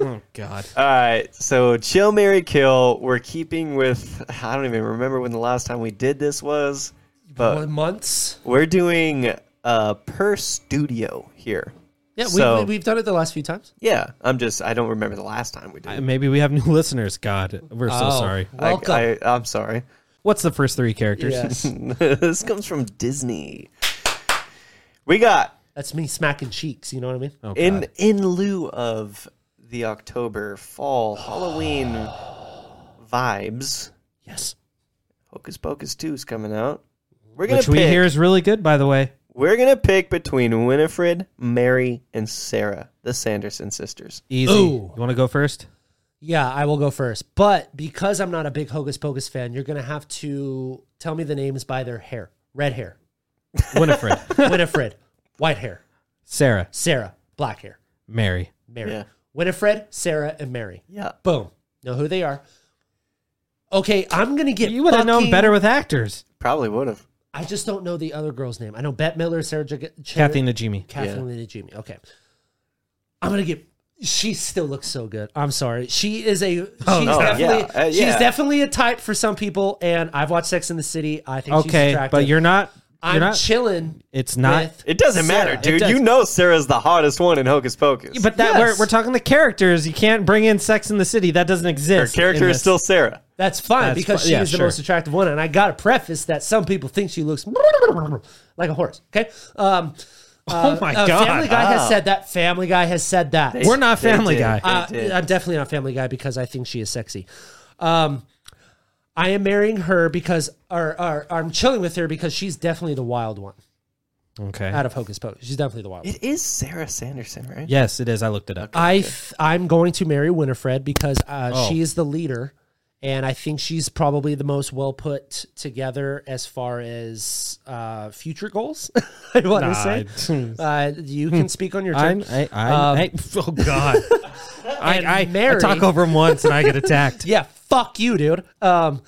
S2: Oh God!
S5: All right. So, chill, Mary, kill. We're keeping with. I don't even remember when the last time we did this was, but
S3: Months.
S5: we're doing uh, per studio here.
S3: Yeah, we,
S5: So-
S3: we, we've done it the last few times.
S5: Yeah, I'm just. I don't remember the last time we did.
S2: Uh, Maybe we have new listeners. God, we're so
S3: Oh,
S2: sorry.
S5: I,
S3: Welcome.
S5: I, I'm sorry.
S2: What's the first three characters?
S3: yes,
S5: this comes from Disney. We got
S3: that's me smacking cheeks. You know what I mean?
S2: Oh,
S5: in
S2: God.
S5: in lieu of the October fall Halloween vibes.
S3: Yes.
S5: Hocus Pocus 2 is coming out. We're gonna
S2: which
S5: pick,
S2: we hear is really good, by the way.
S5: We're gonna pick between Winifred, Mary, and Sarah, the Sanderson sisters.
S2: Easy.
S3: Ooh.
S2: You want to go first?
S3: Yeah, I will go first. But because I'm not a big Hocus Pocus fan, you're gonna have to tell me the names by their hair. Red hair,
S2: Winifred,
S3: Winifred. White hair,
S2: Sarah,
S3: Sarah. Black hair,
S2: Mary.
S3: Mary.
S5: Yeah.
S3: Winifred, Sarah, and Mary.
S5: Yeah.
S3: Boom. Know who they are. Okay, I'm gonna get.
S2: You would have known
S3: fucking-
S2: better with actors.
S5: Probably would have.
S3: I just don't know the other girl's name. I know Bette Miller, Sarah, Jag-
S2: Kathy Najimy.
S3: Kathleen Lena Jimmy. Okay. I'm gonna get she still looks so good. I'm sorry. She is a she's
S5: no,
S3: definitely
S5: yeah, uh, yeah.
S3: she's definitely a type for some people and I've watched Sex in the City. I think she's
S2: Okay,
S3: attractive.
S2: but you're not. You're
S3: I'm
S2: not.
S3: chilling.
S2: it's not.
S3: with-
S5: It doesn't
S3: Sarah,
S5: matter,
S3: it
S5: dude.
S3: does-
S5: You know Sarah's the hottest one in Hocus Pocus.
S2: but that
S3: Yes.
S2: we're, we're talking the characters. You can't bring in Sex in the City. That doesn't
S5: her
S2: exist.
S5: character
S2: in
S5: is
S2: this.
S5: still Sarah.
S3: That's fine
S2: That's
S3: because
S2: fi-
S3: she
S2: yeah,
S3: is the
S2: sure.
S3: most attractive one, and I got to preface that some people think she looks like a horse. Okay. Um, uh,
S2: Oh my
S5: uh,
S2: God.
S3: Family Guy has
S5: Wow.
S3: said that. Family Guy has said that.
S2: We're not
S5: They
S2: Family
S5: did.
S2: Guy.
S5: They
S3: Uh,
S5: did.
S3: I'm definitely not Family Guy because I think she is sexy. Um, I am marrying her because, or, or, or I'm chilling with her because she's definitely the wild one
S2: Okay.
S3: out of Hocus Pocus. She's definitely the wild one.
S5: it is Sarah Sanderson, right?
S2: Yes, it is. I looked it up.
S3: I th- I'm going to marry Winifred because uh,
S2: Oh.
S3: she is the leader, and I think she's probably the most well put together as far as uh, future goals. I want
S2: Nah, Hmm.
S3: to say. Uh, you can speak on your
S2: I'm, I,
S3: turn.
S2: I,
S3: Um,
S2: I, oh God!
S3: And
S2: I, I, I
S3: Mary-
S2: talk over him once and I get attacked.
S3: yeah, fuck you, dude. Um,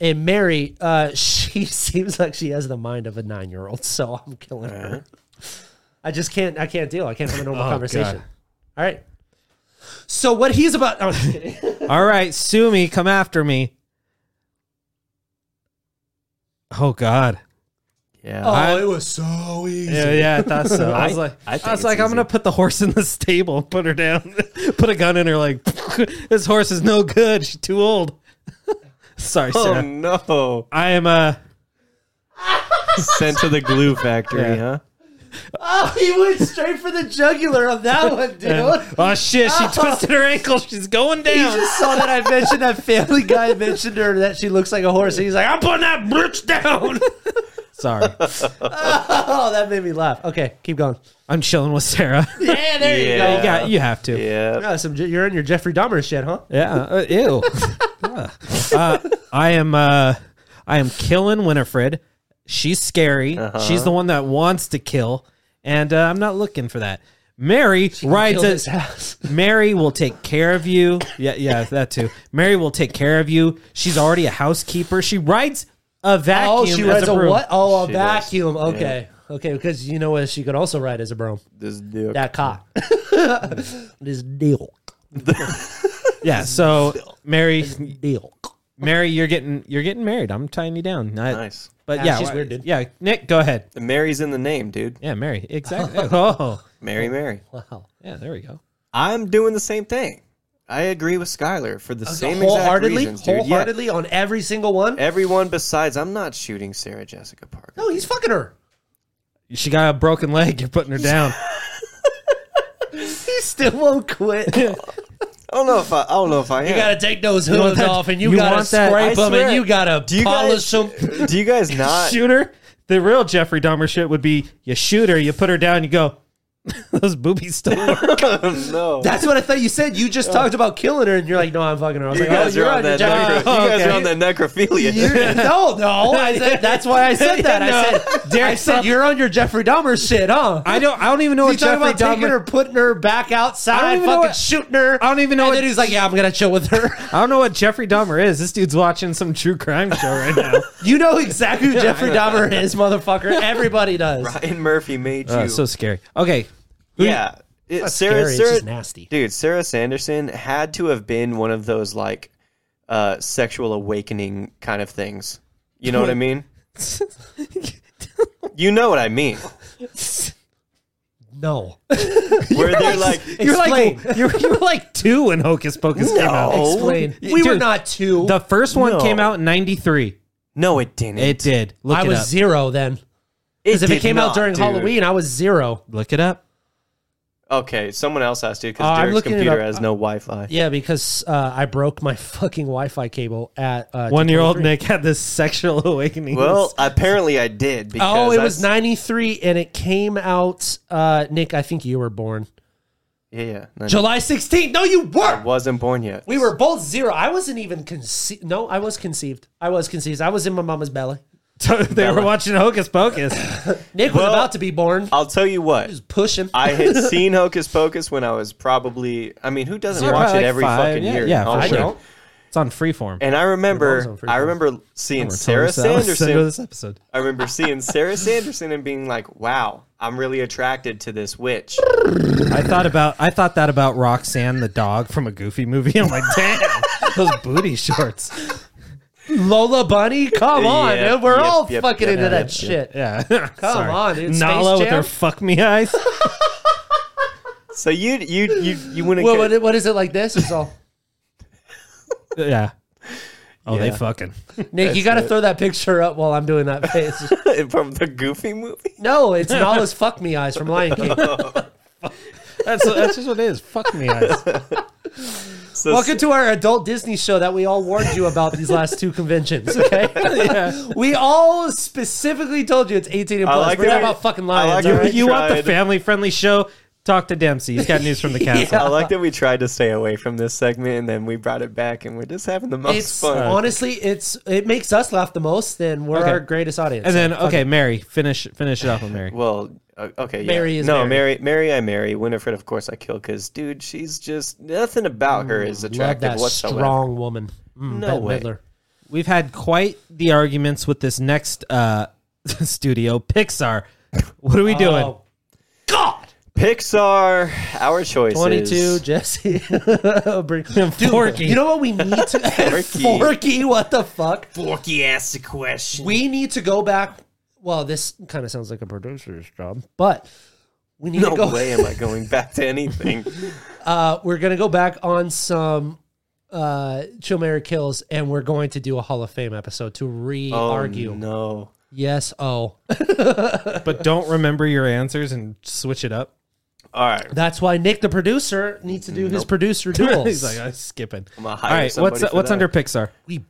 S3: and Mary, uh, she seems like she has the mind of a nine year old, so I'm killing her. I just can't. I can't deal. I can't have a normal
S2: Uh-huh. Oh,
S3: conversation.
S2: God.
S3: All right. So what he's about? Oh, I'm just kidding.
S2: All right, sue me. Come after me. Oh God!
S5: Yeah.
S3: oh it was so easy.
S2: Yeah, yeah, I thought so. I was like, I,
S5: think
S2: was
S5: it's
S2: like, I'm gonna
S5: easy.
S2: put the horse in the stable, and put her down, put a gun in her. Like, this horse is no good. She's too old. Sorry,
S5: Oh
S2: Sarah.
S5: no!
S2: I am uh
S5: Sent to the glue factory, huh?
S3: Oh, he went straight for the jugular on that one, dude.
S2: Oh shit, she twisted her ankle. She's going
S3: He
S2: down.
S3: just saw that I mentioned that Family Guy mentioned her that she looks like a horse, and he's like, "I'm putting that bitch down."
S2: Sorry.
S3: oh, that made me laugh. Okay, keep going.
S2: I'm chilling with Sarah.
S3: Yeah, there
S5: you
S3: you go.
S5: Yeah. go.
S2: You got you have to.
S5: Yeah.
S3: Yeah, some, you're in your Jeffrey Dahmer shit, huh?
S2: Yeah. Uh, ew. Yeah. Uh, I am. Uh, I am killing Winifred. She's scary.
S3: Uh-huh.
S2: She's the one that wants to kill, and uh, I'm not looking for that. Mary rides
S3: Killed
S2: a,
S3: his house.
S2: Mary will take care of you. Yeah, yeah, that too. Mary will take care of you. She's already a housekeeper. She rides a vacuum.
S3: Oh, she
S2: as
S3: rides a,
S2: broom.
S3: what? Oh, a
S5: She does.
S3: vacuum. Okay, okay, because you know what she could also ride as a broom.
S5: This dude.
S3: That cock. this deal.
S2: Yeah. So Mary,
S3: Deal.
S2: Mary, you're getting you're getting married. I'm tying you down. I-
S5: Nice.
S2: But
S3: Nah,
S2: yeah,
S3: she's
S2: wh-
S3: weird, dude.
S2: Yeah, Nick, go ahead.
S5: Mary's in the name, dude.
S2: Yeah, Mary. Exactly. oh,
S5: Mary, Mary.
S3: Wow.
S2: yeah. There we go.
S5: I'm doing the same thing. I agree with Skylar for the same exact
S3: wholeheartedly,
S5: reasons, dude. Yeah.
S3: wholeheartedly on every single one.
S5: Everyone besides, I'm not shooting Sarah Jessica Parker.
S3: No, he's fucking her.
S2: She got a broken leg. You're putting her down.
S3: He still won't quit. you
S5: I don't know if I. I don't know if I am.
S3: gotta take those hooves
S2: want that-
S3: off, and you,
S2: you
S3: gotta
S2: want that-
S3: scrape
S5: I
S3: them,
S5: swear.
S3: and you gotta
S5: do you
S3: polish
S5: guys?
S3: them.
S5: do you guys not?
S2: shoot her. The real Jeffrey Dahmer shit would be you shoot her, you put her down, you go. Those boobies still work.
S5: no.
S3: That's what I thought you said. You just talked about killing her, and you're like, "No, I'm fucking her." I was
S5: You
S3: like, "Oh,
S5: guys
S3: you're
S5: are
S3: on
S5: on
S3: your
S5: that.
S3: Jeffrey
S5: necro- you guys
S2: okay.
S5: are on that necrophilia.
S3: You're, no, no. I said, that's why I said that. I said,
S2: No.
S3: I said you're on your Jeffrey Dahmer shit, huh?
S2: I don't. I don't even know
S3: He's
S2: what
S3: talking
S2: Jeffrey
S3: about taking
S2: Dahmer.
S3: her, putting her back
S2: I don't
S3: outside,
S2: even know
S3: fucking
S2: what-
S3: shooting her.
S2: I don't even know
S3: And
S2: what-
S3: then he's like, "Yeah, I'm gonna chill with her."
S2: I don't know what Jeffrey Dahmer is. This dude's watching some true crime show right now.
S3: You know exactly who Jeffrey Dahmer is, motherfucker. Everybody does.
S5: Ryan Murphy made you.
S2: Uh, so scary. Okay,
S5: yeah. It- Sarah,
S3: scary, it's
S5: Sarah,
S3: just nasty.
S5: Dude, Sarah Sanderson had to have been one of those like uh, sexual awakening kind of things. You know what I mean? you know what I mean.
S3: No,
S5: Where they're like,
S2: you're
S3: Explain.
S2: like you were, you were like two when Hocus Pocus came out.
S3: explain.
S2: Dude,
S3: We were not two.
S2: The first one
S5: No.
S2: came out in '93.
S5: no, it didn't.
S2: It did. Look
S3: I
S2: it
S3: was
S2: up.
S3: zero then. Because if it
S5: did
S3: came out
S5: not,
S3: during
S5: dude.
S3: Halloween, I was zero.
S2: Look it up.
S5: Okay, someone else has to
S3: Uh, I'm
S5: because Derek's
S3: looking it
S5: computer
S3: up.
S5: has no Wi-Fi.
S3: Yeah, because uh, I broke my fucking Wi-Fi cable at uh,
S2: One year old
S3: 223.
S2: Nick had this sexual awakening.
S5: Well, apparently I did. Because
S3: Oh, it
S5: I
S3: was
S5: s-
S3: ninety three, and it came out. Uh, Nick, I think you were born
S5: Yeah, yeah. no, no,
S3: July sixteenth. No, you
S5: I
S3: were.
S5: wasn't born yet.
S3: We were both zero. I wasn't even conceived. No, I was conceived. I was conceived. I was in my mama's belly.
S2: they were watching Hocus Pocus.
S3: Nick was
S5: Well-
S3: about to be born.
S5: I'll tell you what.
S3: He was pushing.
S5: I had seen Hocus Pocus when I was probably. I mean, who doesn't
S2: Zero.
S5: watch
S2: Probably
S5: it
S2: like
S5: every
S2: five.
S5: fucking
S2: Yeah,
S5: year?
S2: yeah, for
S5: Oh,
S3: I
S2: sure.
S3: don't.
S2: It's on Freeform.
S5: And I
S3: Your mom's
S5: remember,
S3: on
S5: I
S3: Freeform.
S5: remember seeing Sarah
S2: to
S5: Sanderson.
S2: this episode.
S5: I remember seeing Sarah Sanderson and being like, "Wow, I'm really attracted to this witch."
S2: I thought about I thought that about Roxanne the dog from a Goofy movie. I'm like, damn, those booty shorts.
S3: Lola Bunny, come on,
S5: Yep,
S3: dude. We're
S5: yep,
S3: all
S5: yep,
S3: fucking
S5: yep,
S3: into
S5: yep,
S3: that
S5: yep.
S3: shit.
S2: Yeah,
S3: Come on, dude. Space
S2: Nala with
S3: Jam?
S2: her fuck me eyes.
S5: So you you you you wouldn't.
S3: Well,
S5: care-
S3: what, what is it like this? It's all.
S2: yeah. Oh, they
S5: Yeah.
S2: fucking.
S3: Nick, you got to throw that picture up while I'm doing that face.
S5: from the Goofy movie.
S3: no, it's Nala's fuck me eyes from Lion King.
S2: That's that's just what it is. Fuck me eyes.
S5: So
S3: Welcome to our adult Disney show that we all warned you about these last two conventions. Okay, we all specifically told you it's 18 and
S5: I
S3: plus.
S5: like
S3: We're not
S5: that-
S3: about fucking
S5: I
S3: lions.
S5: like
S3: all
S5: that-
S3: right?
S2: you want the
S5: tried.
S2: family friendly show? Talk to Dempsey. He's got news from the castle.
S5: I like that we tried to stay away from this segment, and then we brought it back, and we're just having the most
S3: It's
S5: fun.
S3: honestly, it's it makes us laugh the most. Then we're
S2: Okay.
S3: our greatest audience.
S2: And then okay, Mary, finish finish it off with Mary.
S5: Well, uh, okay, yeah.
S3: Mary is
S5: no
S3: Mary.
S5: Mary. Mary, I marry Winifred. Of course, I kill because dude, she's just nothing about her is
S3: Mm, love
S5: attractive
S3: that
S5: whatsoever.
S3: strong woman. Mm,
S5: No
S3: Bette
S5: way.
S3: Midler.
S2: We've had quite the arguments with this next uh studio, Pixar. What are we doing?
S3: Oh, God.
S5: Pixar, our choices.
S3: 22, Jesse. Bring- Dude,
S2: Forky.
S3: You know what we need to
S5: Forky.
S3: Forky, what the fuck?
S5: Forky asked a question.
S3: We need to go back. Well, this kind of sounds like a producer's job, but we need
S5: no
S3: to go
S5: way am I going back to anything.
S3: uh we're going to go back on some uh, Chill Mary Kills, and we're going to do a Hall of Fame episode to re
S5: Oh,
S3: argue.
S5: No.
S3: Yes, oh.
S2: But don't remember your answers and switch it up.
S5: All right.
S3: That's why Nick, the producer, needs to do his producer duels.
S2: He's like, I'm skipping.
S5: I'm gonna
S2: All
S5: hire
S2: right,
S5: somebody
S2: what's
S5: for
S2: what's
S5: that.
S2: under Pixar?
S3: we uh,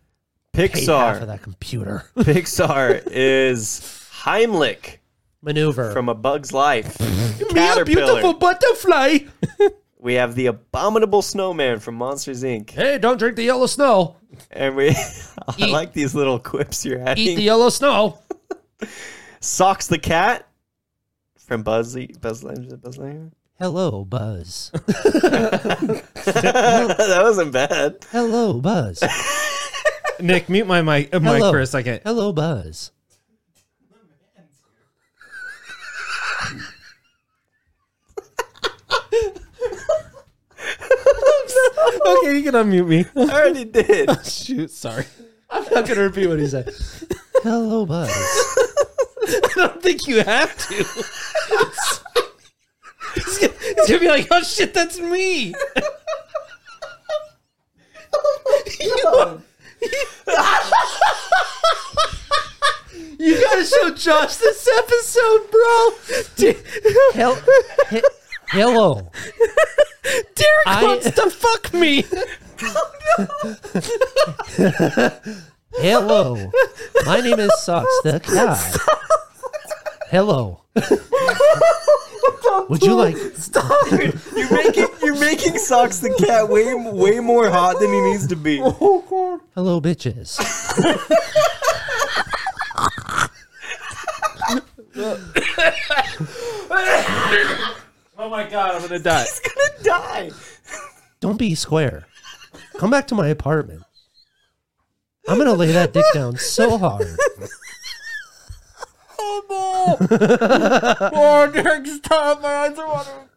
S3: paid half of
S5: Pixar?
S3: that computer
S5: Pixar is Heimlich
S3: maneuver.
S5: from A Bug's Life. The
S3: Me a beautiful
S5: caterpillar.
S3: butterfly.
S5: We have the abominable snowman from Monsters Inc.
S3: Hey, don't drink the yellow snow.
S5: And we, I like these little quips you're
S3: Eat
S5: adding.
S3: the yellow snow.
S5: Socks the cat from Buzzy Buzz Lightyear. Buzz Lightyear.
S3: Hello, Buzz. Oh.
S5: that wasn't bad.
S3: Hello, Buzz.
S2: Nick, mute my mic, uh, mic
S3: Hello.
S2: for a second.
S3: Hello, Buzz.
S2: Okay, you can unmute me.
S5: I already did.
S2: Shoot, sorry.
S3: I'm not gonna repeat what he said. Hello, Buzz.
S2: I don't think you have to. It's gonna, it's gonna be like, oh shit, that's me.
S3: You gotta show Josh this episode, bro. Hel- he- hello.
S2: Derek
S3: I-
S2: wants to fuck me.
S3: Hello. My name is Socks the Cat. Hello. Would you like
S5: You're making you're making Socks the cat way way more hot than he needs to be.
S3: hello bitches?
S2: Oh my god, I'm gonna die.
S5: Die.
S3: Don't be square. Come back to my apartment. I'm gonna lay that dick down so hard.
S2: Oh, Derek, stop! My eyes are watering.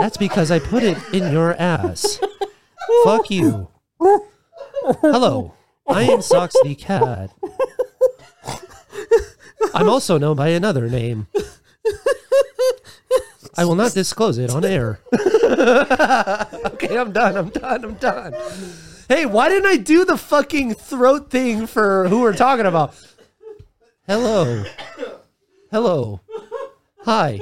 S3: That's because I put it in your ass. Fuck you. Hello, I am Socks the Cat. I'm also known by another name. I will not disclose it on air. okay, I'm done. I'm done. I'm done. Hey, why didn't I do the fucking throat thing for who we're talking about? Hello. Hello. Hi.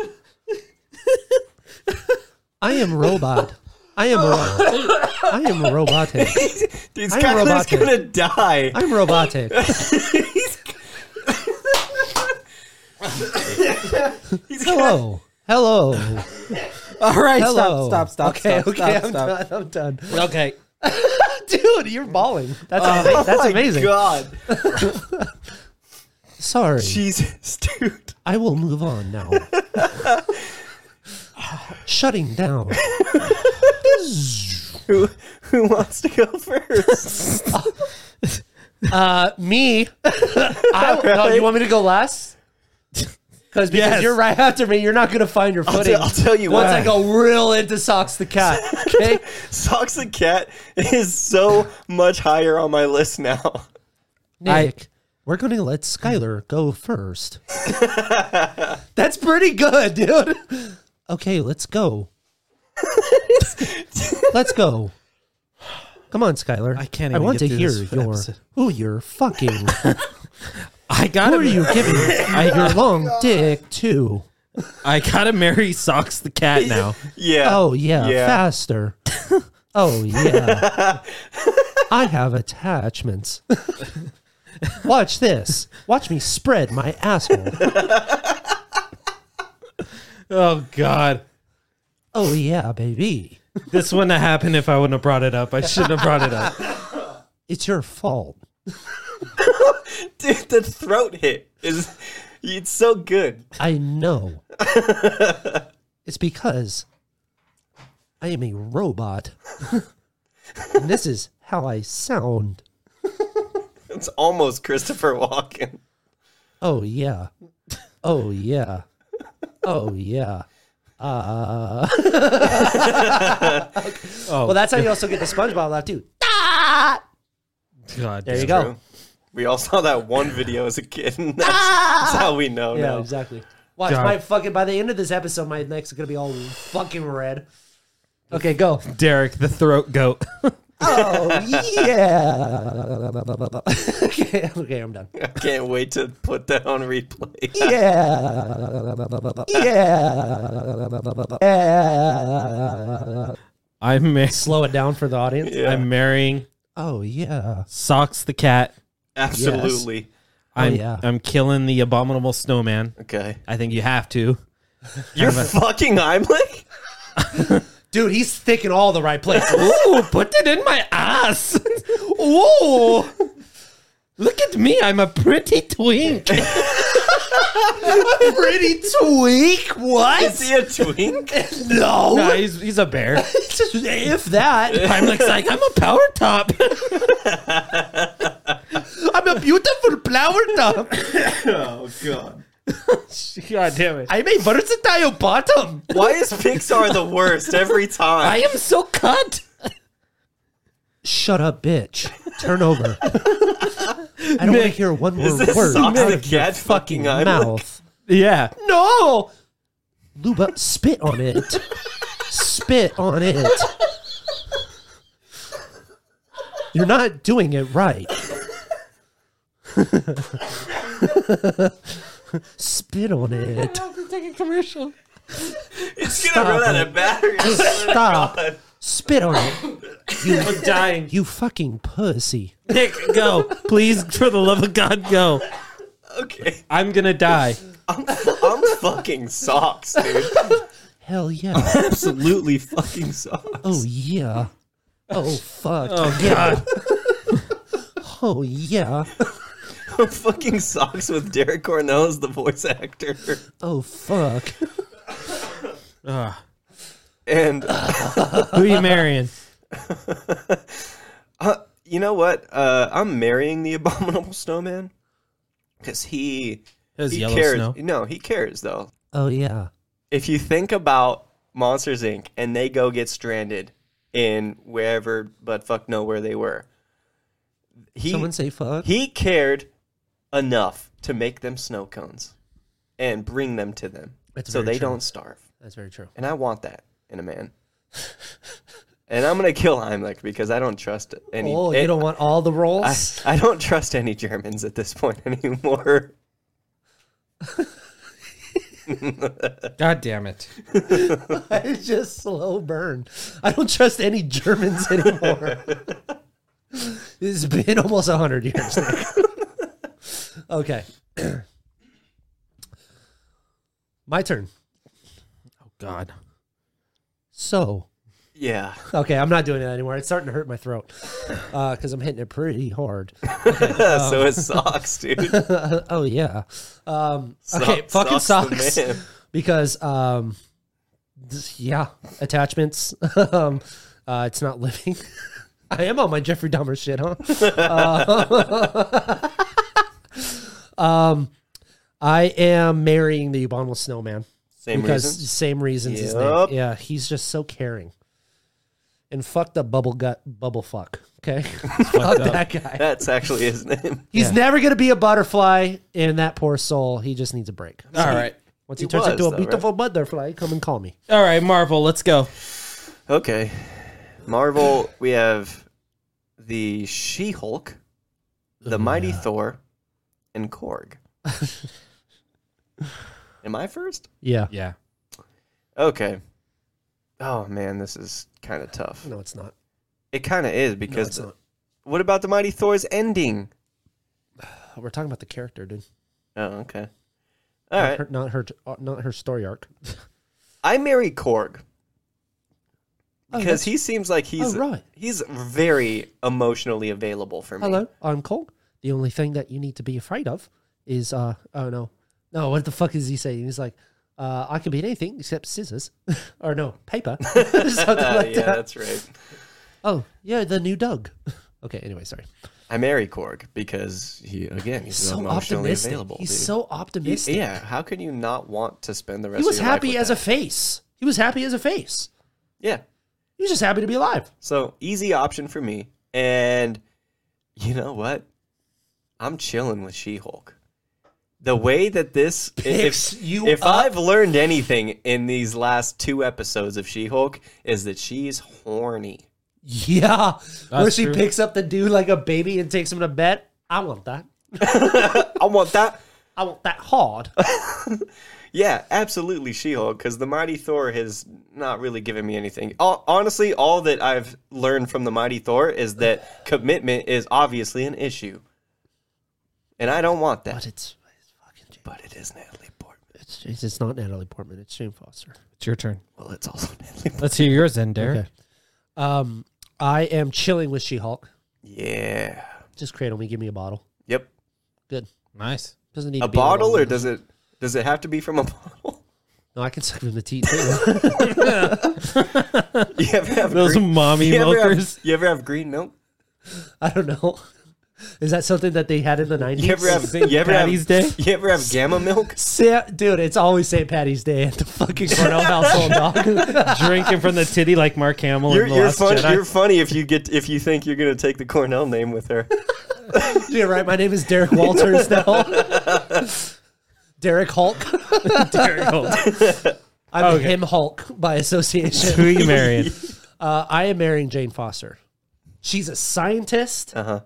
S3: I am robot. I am robot. I am robotic.
S5: Dude,
S3: I'm
S5: Skyler's
S3: robotic.
S5: gonna die.
S3: I'm robotic. Hello. Hello.
S2: All right,
S3: Hello.
S2: stop, stop, stop,
S3: okay,
S2: stop,
S3: okay,
S2: stop,
S3: I'm
S2: stop.
S3: done. I'm done.
S2: Okay,
S3: Dude, you're Oh balling. That's, ama- that's
S5: My
S3: amazing.
S5: God,
S3: Sorry.
S5: Jesus, dude.
S3: I will move on now. Shutting down.
S5: Who who wants to go first?
S3: Uh, me. I, no, you want me to go last? Because
S2: Yes.
S3: you're right after me, you're not going to find your
S5: I'll,
S3: footing.
S5: tell- I'll tell you
S3: Once
S5: what.
S3: I go real into Socks the Cat, okay?
S5: Socks the cat is so much higher on my list now.
S3: Nick, we're going to let Skylar go first. That's pretty good, dude. Okay, let's go. let's go. Come on, Skylar.
S2: I can't
S3: I
S2: even
S3: want
S2: get
S3: to
S2: through
S3: hear
S2: this
S3: your
S2: episode.
S3: who you're fucking.
S2: I Oh gotta,
S3: who are you giving your long dick to?
S2: I gotta marry Socks the cat now.
S5: Yeah.
S3: Oh yeah,
S5: Yeah.
S3: faster. oh yeah. I have attachments. Watch this. Watch me spread my asshole.
S2: Oh god,
S3: Oh yeah, baby.
S2: this wouldn't have happened if I wouldn't have brought it up. I shouldn't have brought it up.
S3: It's your fault.
S5: Dude, the throat hit is it's so good.
S3: I know. it's because I am a robot. and this is how I sound.
S5: It's almost Christopher Walken.
S3: Oh yeah. Oh yeah. Oh yeah. Uh
S2: Oh,
S3: Well, that's how you also get the SpongeBob laugh too.
S2: god.
S3: There
S2: damn.
S3: you go.
S5: We all saw that one video as a kid, and that's, that's how we know
S3: Yeah,
S5: now.
S3: exactly. Watch
S2: God.
S3: my fucking. By the end of this episode, my neck's gonna be all fucking red. Okay, go.
S2: Derek, the throat goat.
S3: Oh yeah. okay, okay, I'm done.
S5: I can't wait to put that on replay.
S3: Yeah. Yeah. Yeah.
S2: I'm mar-
S3: Slow it down for the audience.
S5: Yeah.
S2: I'm marrying
S3: Oh yeah. Oh,
S2: Socks the cat.
S5: Absolutely.
S2: I'm
S3: yeah.
S2: I'm killing the abominable snowman.
S5: Okay.
S2: I think you have to.
S5: You're fucking Heimlich?
S3: Dude, he's thick in all the right places.
S2: Ooh, put it in my ass. Ooh. Look at me, I'm a pretty twink.
S3: Pretty tweak. What?
S5: Is he a twink?
S3: No.
S2: nah, he's, he's a bear.
S3: if that,
S2: Heimlich's like, I'm a power top.
S3: I'm a beautiful flower top.
S5: oh, God.
S2: God damn it.
S3: I'm a versatile bottom.
S5: Why is Pixar the worst every time?
S2: am so cut.
S3: Shut up, bitch. Turn over. I don't want to hear one more
S5: is this
S3: word
S5: Socks
S3: out
S5: the
S3: of your
S5: Cat
S3: fucking
S5: fucking Heimlich?
S3: mouth.
S2: Yeah.
S3: No, lube up. Spit on it. spit on it. You're not doing it right. spit on it.
S5: It's going to run out of battery.
S3: Stop. Spit on it.
S2: I'm dying.
S3: You fucking pussy.
S2: Nick, go. Please, for the love of God, go.
S5: Okay.
S2: I'm going to die.
S5: I'm, I'm fucking socks, dude.
S3: Hell yeah.
S5: Absolutely fucking socks.
S3: Oh yeah. Oh fuck.
S2: Oh,
S3: yeah. oh yeah.
S5: I'm fucking socks with Derek Cornell as the voice actor.
S3: Oh fuck.
S2: Ugh.
S5: And
S2: Who you marrying?
S5: you know what? Uh, I'm marrying the Abominable Snowman because he
S2: It was
S5: he
S2: yellow
S5: cares.
S2: snow.
S5: No, he cares though.
S3: Oh yeah.
S5: If you think about Monsters Inc. and they go get stranded in wherever, but fuck know where they were. He
S3: Someone say fuck.
S5: he cared enough to make them snow cones and bring them to them,
S3: That's
S5: so
S3: very
S5: they
S3: true.
S5: don't starve.
S3: That's very true.
S5: And I want that in a man. and I'm gonna kill Heimlich because I don't trust any.
S3: oh, you
S5: it-
S3: don't want all the
S5: I,
S3: roles?
S5: I don't trust any Germans at this point anymore.
S2: God damn it.
S3: it's just slow burn. I don't trust any Germans anymore. it's been almost hundred years. Now. okay. My turn. Oh,
S2: God.
S3: So.
S5: Yeah.
S3: Okay, I'm not doing that anymore. It's starting to hurt my throat because I'm hitting it pretty hard.
S5: so it sucks, dude.
S3: oh yeah. Um, okay,
S5: Sucks-
S3: fucking
S5: sucks the
S3: socks
S5: man.
S3: because um, this- yeah, attachments. um, uh, it's not living. I am on my Jeffrey Dahmer shit, huh? Uh, um, I am marrying the abominable snowman
S5: Same
S3: because
S5: reason.
S3: same reasons. His name.
S5: Yep.
S3: Yeah, he's just so caring. And fuck the bubble gut, bubble fuck. Okay, fuck that guy.
S5: That's actually his name.
S3: He's never going to be a butterfly, and that poor soul, he just needs a break.
S2: All right.
S3: Once he,
S5: He
S3: turns
S5: was,
S3: into a
S5: though,
S3: beautiful butterfly, come and call me.
S2: All right, Marvel, let's go.
S5: Okay. Marvel, we have the She Hulk, the Mighty Thor, and Korg. Am I first?
S3: Yeah.
S2: Yeah.
S5: Okay. Oh, man, this is kind of tough.
S3: No, it's not.
S5: It kind of is because.
S3: it's not.
S5: what about the Mighty Thor's ending?
S3: We're talking about the character, dude.
S5: Oh, okay. All
S3: not,
S5: right.
S3: her, not her, uh, not her story arc.
S5: I marry Korg
S3: Oh,
S5: because
S3: that's-
S5: he seems like he's
S3: Oh, right.
S5: he's very emotionally available for me.
S3: Hello, I'm Cole. The only thing that you need to be afraid of is, uh, oh no, no, what the fuck is he saying? He's like, uh, I can beat anything except scissors, or no, paper. Something
S5: Uh,
S3: like
S5: yeah,
S3: that.
S5: that's right.
S3: Oh yeah, the new Doug. okay, anyway, sorry.
S5: I marry Korg because he again he's
S3: He's so
S5: emotionally
S3: optimistic.
S5: available.
S3: He's
S5: dude.
S3: so
S5: He-
S3: optimistic.
S5: yeah. How can you not want to spend the rest?
S3: He was
S5: of your life
S3: happy
S5: with
S3: as
S5: that?
S3: a face. He was happy as a face.
S5: yeah.
S3: He was just happy to be alive.
S5: So easy option for me, and you know what? I'm chilling with She Hulk the way that this
S3: Picks
S5: if,
S3: you
S5: if
S3: up.
S5: I've learned anything in these last two episodes of She-Hulk is that she's horny.
S3: Yeah. Where she
S2: true.
S3: picks up the dude like a baby and takes him to bed. I want that.
S5: I want that.
S3: I want that hard.
S5: Yeah, absolutely She-Hulk because the Mighty Thor has not really given me anything. Ho- Honestly, all that I've learned from the Mighty Thor is that commitment is obviously an issue, and I don't want
S3: But
S5: that.
S3: it's it's fucking Jane-
S5: But it is Natalie Portman.
S3: it's, it's, it's not Natalie Portman, it's Jane Foster.
S2: It's your turn.
S5: Well, it's also Natalie. Portman.
S2: Let's hear yours then, Derek.
S3: Okay. Um I am chilling with She Hulk.
S5: Yeah.
S3: Just cradle me, give me a bottle.
S5: Yep.
S3: Good.
S2: Nice.
S3: Doesn't need
S5: A
S3: to be
S5: bottle,
S3: long.
S5: or does it does it have to be from a bottle?
S3: No, I can suck with the teeth too.
S5: You ever have
S2: Those
S5: green-
S2: mommy
S5: you ever have-
S2: milkers.
S5: you ever have green milk?
S3: I don't know. Is that something that they had in the nineties?
S5: You ever have
S2: St.
S5: you ever
S2: Patty's
S5: have,
S2: Day?
S5: You ever have gamma milk?
S3: Sa- dude, it's always St. Patty's Day at the fucking Cornell household, dog.
S2: Drinking from the titty like Mark Hamill
S5: You're,
S2: in the
S5: you're,
S2: Last
S5: fun,
S2: Jedi.
S5: you're funny if you get if you think you're gonna take the Cornell name with her.
S3: You're right. My name is Derek Walters now. Derek Hulk.
S2: Derek Holt.
S3: I'm
S2: Okay.
S3: him Hulk by association.
S2: Who are you marrying?
S3: Uh, I am marrying Jane Foster. She's a scientist.
S5: Uh-huh.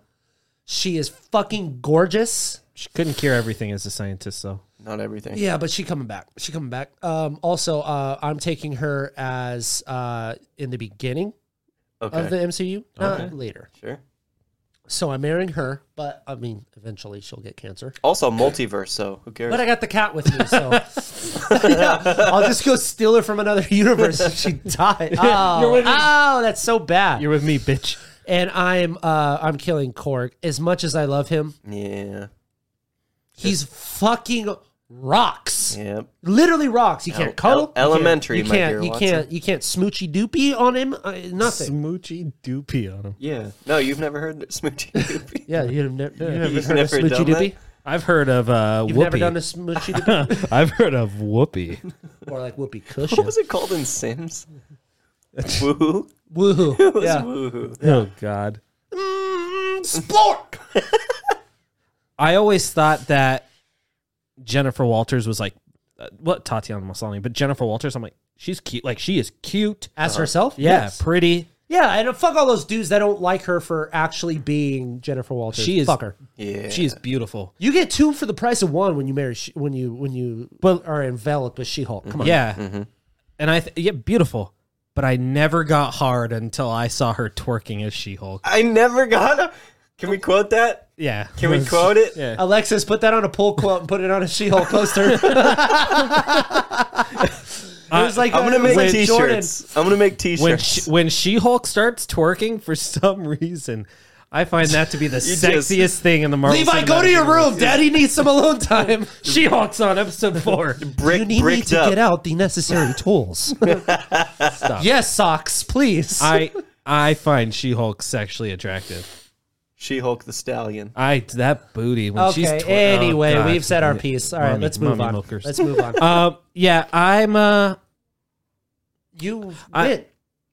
S3: She is fucking gorgeous.
S2: She couldn't cure everything as a scientist, though.
S5: Not everything.
S3: Yeah, but she coming back. She coming back. Um, also, uh, I'm taking her as uh, in the beginning
S5: Okay.
S3: of the MCU, not
S5: Okay.
S3: later.
S5: sure.
S3: So I'm marrying her, but I mean, eventually she'll get cancer.
S5: Also multiverse, so who cares?
S3: But I got the cat with me, so Yeah, I'll just go steal her from another universe if she died. Oh,
S2: You're with me.
S3: oh, that's so bad.
S2: You're with me, bitch.
S3: and I'm uh, I'm killing Korg. As much as I love him,
S5: yeah.
S3: he's fucking rocks.
S5: Yeah.
S3: Literally rocks. You can't cuddle.
S5: el-
S3: you can't-
S5: elementary,
S3: You
S5: my
S3: can't.
S5: dear
S3: You
S5: Watson.
S3: can't. You can't smoochy doopy on him. Uh, nothing.
S2: Smoochy doopy on him.
S5: Yeah. No, you've never heard Smoochie Doopie.
S3: yeah, you've never, you never
S5: You've
S3: heard of
S5: never
S3: smoochy
S5: done that?
S3: doopy.
S2: I've heard of uh,
S3: You've
S2: whoopee.
S3: never done a smoochy doopy
S2: I've heard of whoopee.
S3: or like whoopee
S5: What
S3: cushion.
S5: was it called in Sims? Woohoo. It
S3: Woohoo!
S5: was
S3: Yeah.
S5: woohoo.
S2: Oh God.
S3: Splork.
S2: I always thought that Jennifer Walters was like, uh, what Tatiana Maslany, but Jennifer Walters. I'm like, she's cute. Like she is cute.
S5: Uh,
S3: As herself.
S2: Yeah, pretty.
S3: Yeah, and fuck all those dudes that don't like her for actually being Jennifer Walters.
S2: She is-
S3: fuck her.
S5: Yeah.
S2: She is beautiful.
S3: You get two for the price of one when you marry She- when you when you
S2: But-
S3: are enveloped with She-Hulk. Come on,
S2: Yeah,
S5: Mm-hmm.
S2: and I th- yeah beautiful. But I never got hard until I saw her twerking as She Hulk.
S5: I never got a Can we quote that?
S2: Yeah.
S5: Can we quote it?
S2: Yeah.
S3: Alexis, put that on a pull quote and put it on a She-Hulk poster. it was like
S5: I'm
S2: uh,
S5: gonna
S3: it was
S5: make
S3: like
S5: t-shirts.
S3: Jordan.
S5: I'm gonna make t-shirts.
S2: when she, when She Hulk starts twerking for some reason, I find that to be the
S5: just-
S2: sexiest thing in the Marvel.
S3: Levi, go
S2: Cinematic
S3: to your
S2: Universe.
S3: room. Daddy needs some alone time.
S2: She Hulk's on episode four.
S5: brick
S3: you need me
S5: bricked
S3: to
S5: up.
S3: get out the necessary tools. Yes, socks, please.
S2: I I find She Hulk sexually attractive.
S5: She-Hulk the Stallion.
S2: I that booty when she's
S3: okay.
S2: twer-
S3: anyway,
S2: Oh, God.
S3: we've said our piece. All right,
S2: Mommy-
S3: let's move
S2: mommy
S3: on.
S2: milkers.
S3: Let's move on.
S2: Um, yeah, I'm. Uh,
S3: You
S2: I-
S3: went.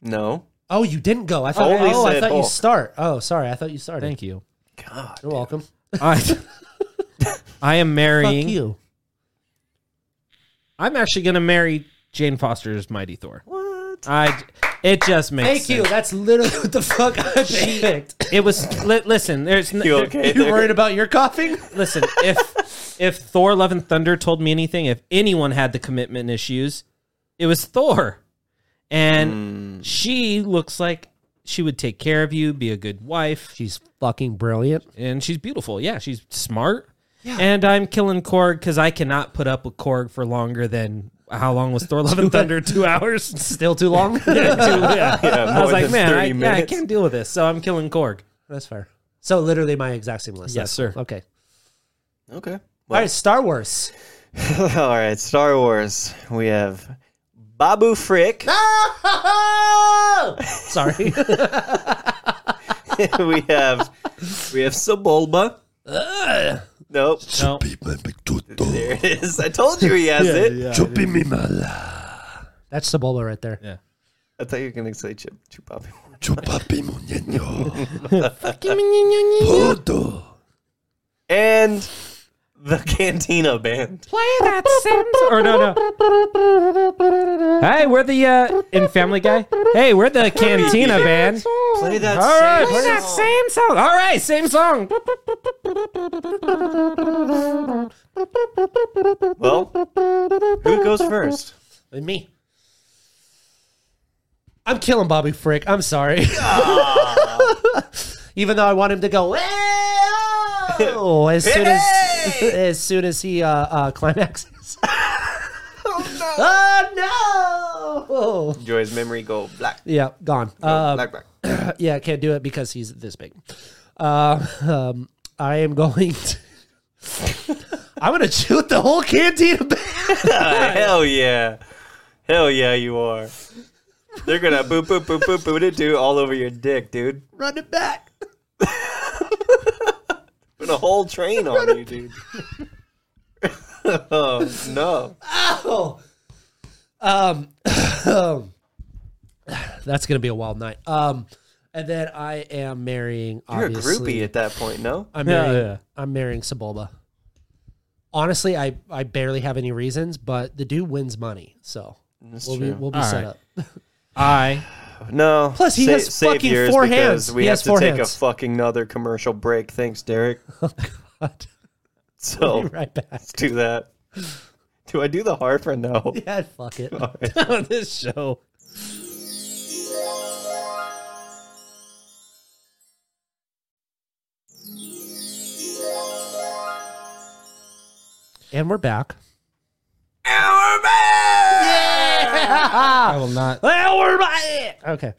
S5: No.
S3: Oh, you didn't go. I thought.
S5: Only
S3: oh, I
S5: said
S3: thought you
S5: Hulk.
S3: start. Oh, sorry. I thought you started.
S2: thank you.
S5: God.
S3: You're welcome.
S2: I I am
S3: Fuck
S2: marrying.
S3: you.
S2: I'm actually gonna marry Jane Foster's Mighty Thor.
S5: What?
S2: I. It just makes.
S3: Thank you.
S2: sense.
S3: That's literally what the fuck I picked.
S2: It was. Li- listen, there's. n-
S5: You
S2: there-
S5: okay?
S3: You
S5: there?
S3: worried about your coughing?
S2: Listen, if if Thor Love and Thunder told me anything, if anyone had the commitment issues, it was Thor.
S5: Hmm.
S2: And she looks like she would take care of you, be a good wife,
S3: She's fucking brilliant.
S2: and she's beautiful. Yeah, she's smart. And I'm killing Korg because I cannot put up with Korg for longer than how long was Thor Love and Thunder? Two hours.
S3: Still too long.
S2: yeah. I
S5: more
S2: was like,
S5: than
S2: man, I, yeah,
S5: 30
S2: I
S5: minutes."
S2: can't deal with this, so I'm killing Korg.
S3: That's fair. So literally my exact same list.
S2: Yes,
S3: That's-
S2: sir.
S3: Okay.
S5: Okay.
S3: All right. Star Wars.
S5: All right, Star Wars. We have Babu Frick.
S2: Oh!
S3: Sorry.
S5: we have we have Sebulba. Nope.
S2: No,
S5: There it is. I told you he has it.
S3: That's Sebulba right there.
S5: I thought you were gonna say Chip Chupapi. And the Cantina Band.
S2: Play that Sims. Or no, no. Hey, we're the uh, in Family Guy. Hey, we're the Cantina band.
S5: Play that.
S2: All right, play
S5: same
S2: that
S5: song.
S2: same song. All right, same song.
S5: Well, who goes first?
S3: And me. I'm killing Bobby Frick. I'm sorry. Even though I want him to go, "Hey-oh," as soon as
S5: Hey!
S3: as soon as he uh, uh, climaxes. oh no!
S5: Joy's memory go black.
S3: Yeah, gone. Uh,
S5: black, black.
S3: yeah, can't do it because he's this big. Uh, um, I am going to. I'm gonna shoot the whole canteen.
S5: Hell yeah. Hell yeah, you are. They're gonna boop boop boop boop boop it do all over your dick, dude.
S3: Run it back.
S5: Put a whole train on you, dude. oh no.
S3: Oh. Um, that's gonna be a wild night. Um, and then I am marrying.
S5: You're a
S3: obviously.
S5: groupie at that point, no?
S3: I'm
S2: Yeah,
S3: marrying.
S2: yeah.
S3: I'm marrying Sebulba. Honestly, I I barely have any reasons, but the dude wins money, so we'll be we'll be
S2: All
S3: set
S2: right.
S3: up.
S2: I
S5: No.
S3: Plus, he has fucking
S5: yours
S3: four
S5: because
S3: hands.
S5: We
S3: He
S5: have
S3: has
S5: to
S3: four
S5: take
S3: hands.
S5: a fucking another commercial break. Thanks, Derek.
S3: Oh, God,
S5: So
S3: be right back.
S5: let's do that. Do I do the harp or no?
S3: Yeah, fuck it.
S2: this show.
S3: And we're back.
S2: I will not.
S3: Okay.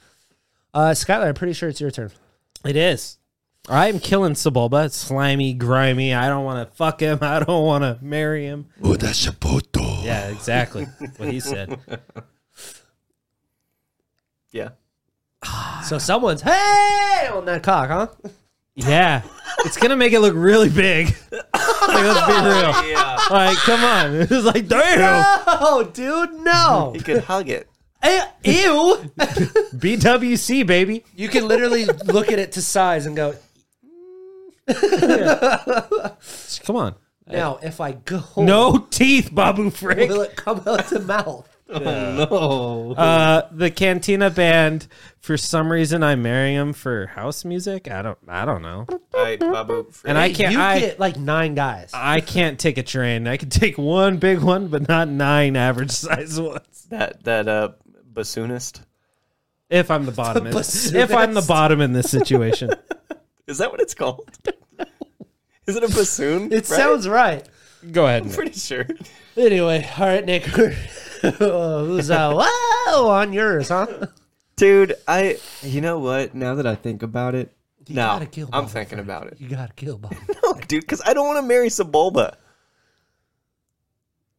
S3: Uh, Skylar, I'm pretty sure it's your turn.
S2: It is. I'm killing Sebulba. It's slimy, grimy. I don't want to fuck him. I don't want to marry him. Yeah, exactly what he said.
S5: Yeah.
S3: So someone's hey on that cock, huh?
S2: Yeah, it's gonna make it look really big. Like, let's be real.
S5: Yeah.
S2: Like, come on. It's like, damn.
S3: No, dude, no.
S5: He can hug it.
S3: Ew.
S2: BWC, baby.
S3: You can literally look at it to size and go.
S2: Come on.
S3: Now, if I go,
S2: No teeth, Babu Frick.
S3: will it come out the mouth?
S2: Uh, the Cantina Band. For some reason, I'm marrying him for house music. I don't. I don't know.
S5: I, Babu,
S2: And I can't.
S3: you
S2: I
S3: get like nine guys.
S2: I can't take a train. I can take one big one, but not nine average size ones.
S5: that that uh bassoonist.
S2: If I'm the bottom, in-
S3: bassoonist.
S2: if I'm the bottom in this situation,
S5: Is that what it's called? Is it a bassoon?
S3: it sounds right.
S2: go ahead.
S5: I'm pretty sure.
S3: Anyway, all right, Nick. Who's uh, wow on yours, huh?
S5: Dude, I you know what? Now that I think about it, no,
S3: gotta kill
S5: I'm
S3: Boba
S5: thinking about it.
S3: You gotta kill Bob.
S5: No, dude, because I don't want to marry Sebulba.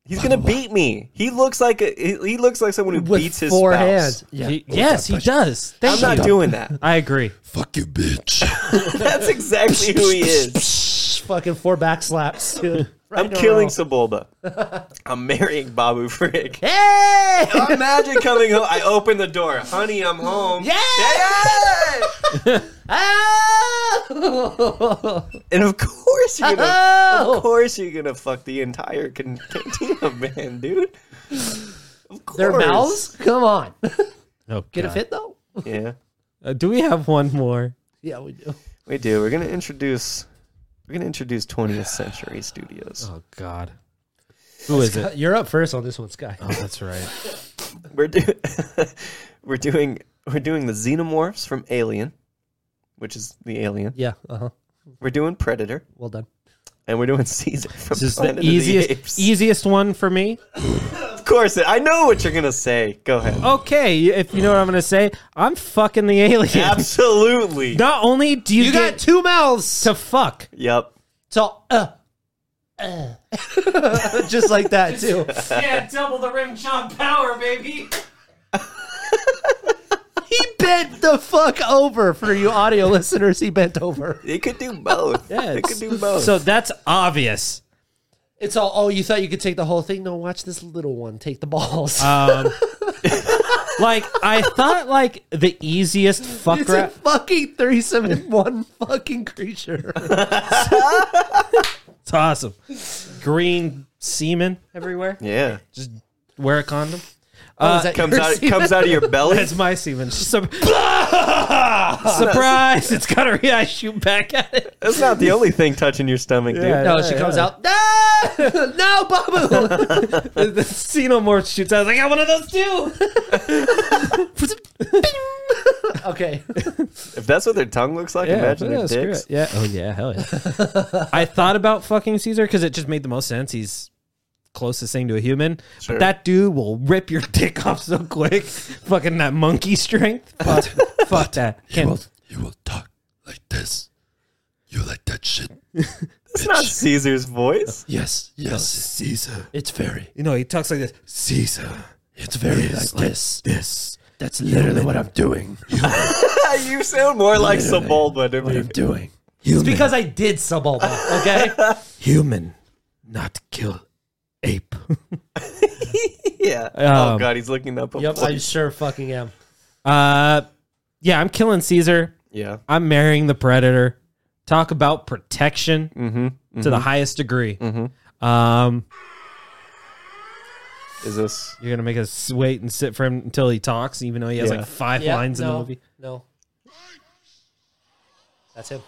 S5: He's gonna beat me. He looks like a he he looks like someone who
S3: With
S5: beats his
S3: four
S5: spouse.
S3: hands. Yeah.
S2: He- yes, he does.
S5: I'm
S2: Thank you.
S5: not doing that.
S2: I agree.
S5: That's exactly who he is.
S3: fucking four back slaps, dude. Right
S5: I'm
S3: in a
S5: killing
S3: row.
S5: Sebulba. I'm marrying Babu Frick.
S3: Hey!
S5: Imagine coming home. I open the door. Honey, I'm home.
S3: Yeah!
S5: Yeah!
S3: Ah! Oh!
S5: And of course you're gonna
S3: Oh!
S5: Of course you're gonna fuck the entire can- cantina man, dude. Of course.
S3: Their mouths? Come on.
S2: Oh,
S3: Get a
S2: God.
S3: fit though?
S5: Yeah.
S2: Uh, do we have one more?
S3: Yeah, we do.
S5: We do. We're gonna introduce we're gonna introduce twentieth century studios.
S2: Oh God, who is it?
S3: You're up first on this one, Sky.
S2: Oh, that's right.
S5: We're do- we're doing we're doing the xenomorphs from Alien, which is the alien.
S3: Yeah, uh huh.
S5: We're doing Predator,
S3: Well done.
S5: and we're doing Caesar from
S2: This is
S5: Planet
S2: the
S5: of the
S2: easiest e-
S5: Apes.
S2: easiest one for me.
S5: of course, I know what you're gonna say. Go ahead.
S2: Okay, if you know what I'm gonna say, I'm fucking the alien.
S5: Absolutely.
S2: Not only do you,
S3: You
S2: get
S3: got two mouths.
S2: to fuck,
S5: Yep.
S3: So, uh, uh. just like that too.
S2: yeah, double the rim John power, baby.
S3: He bent the fuck over for you audio listeners. He bent over.
S5: They could do both.
S2: Yeah,
S5: they could
S2: it's-
S5: do both.
S2: So that's obvious.
S3: It's all. Oh, you thought you could take the whole thing? No, watch this little one take the balls.
S2: Um, like I thought, like the easiest fuck
S3: it's a
S2: route.
S3: fucking threesome in one fucking creature.
S2: It's awesome. Green semen everywhere.
S5: Yeah.
S2: Just wear a condom.
S3: Oh,
S2: Uh,
S3: is that
S5: Comes
S3: your
S5: out
S3: semen?
S5: comes out of your belly.
S2: That's my semen. It's just a- surprise! It's got a yeah. I shoot back at it.
S5: That's not the only thing touching your stomach, dude.
S2: Yeah.
S3: No, she comes out. "Ah! no, Babu.
S2: The, the xenomorph shoots. out. I was like, I got one of those too.
S3: okay.
S5: If that's what their tongue looks like, imagine their
S2: screw
S5: dicks.
S2: it. Yeah. Oh yeah. Hell yeah. I thought about fucking Caesar because it just made the most sense. He's closest thing to a human,
S5: Sure.
S2: but that dude will rip your dick off so quick. fucking that monkey strength. Fuck, fuck that. Can't-
S9: You will talk like this. You like that shit?
S5: It's not Caesar's voice.
S9: Yes, yes. Caesar.
S3: It's very.
S2: you know he talks like this.
S9: Caesar. It's very
S3: like this.
S9: This.
S3: That's literally what I'm.
S9: doing.
S5: you sound more like Sebulba to me.
S9: doing.
S3: It's because I did Subulba. Okay.
S2: Human, not kill ape.
S5: Yeah. oh
S2: Um,
S5: god, he's looking up. A
S3: yep. I
S5: voice.
S3: sure fucking am.
S2: Uh, yeah, I'm killing Caesar.
S5: yeah.
S2: I'm marrying the predator. Talk about protection
S5: Mm-hmm,
S2: to the highest degree. Um,
S5: Is this?
S2: you're gonna make us wait and sit for him until he talks, even though he has
S5: Yeah.
S2: like five
S3: Yeah,
S2: lines in the
S3: no,
S2: movie.
S3: No. That's him.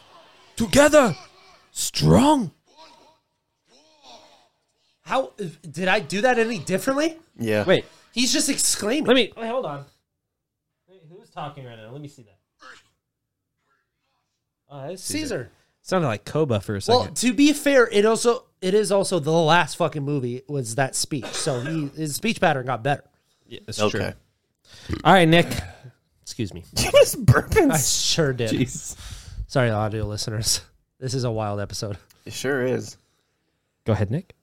S2: Together, strong.
S3: How did I do that any differently?
S5: Yeah.
S2: Wait,
S3: He's just exclaiming.
S2: let me.
S3: Wait, hold on.
S2: Who's talking right now? Let me see that.
S3: Uh, Caesar.
S2: Sounded like Koba for a second.
S3: Well, to be fair, it also it is also the last fucking movie was that speech. So he his speech pattern got better.
S2: yeah, that's
S5: Okay.
S2: true. All right, Nick.
S3: Excuse me.
S5: You just burping.
S3: I sure did. Sorry, audio listeners. This is a wild episode.
S5: It sure is.
S2: Go ahead, Nick.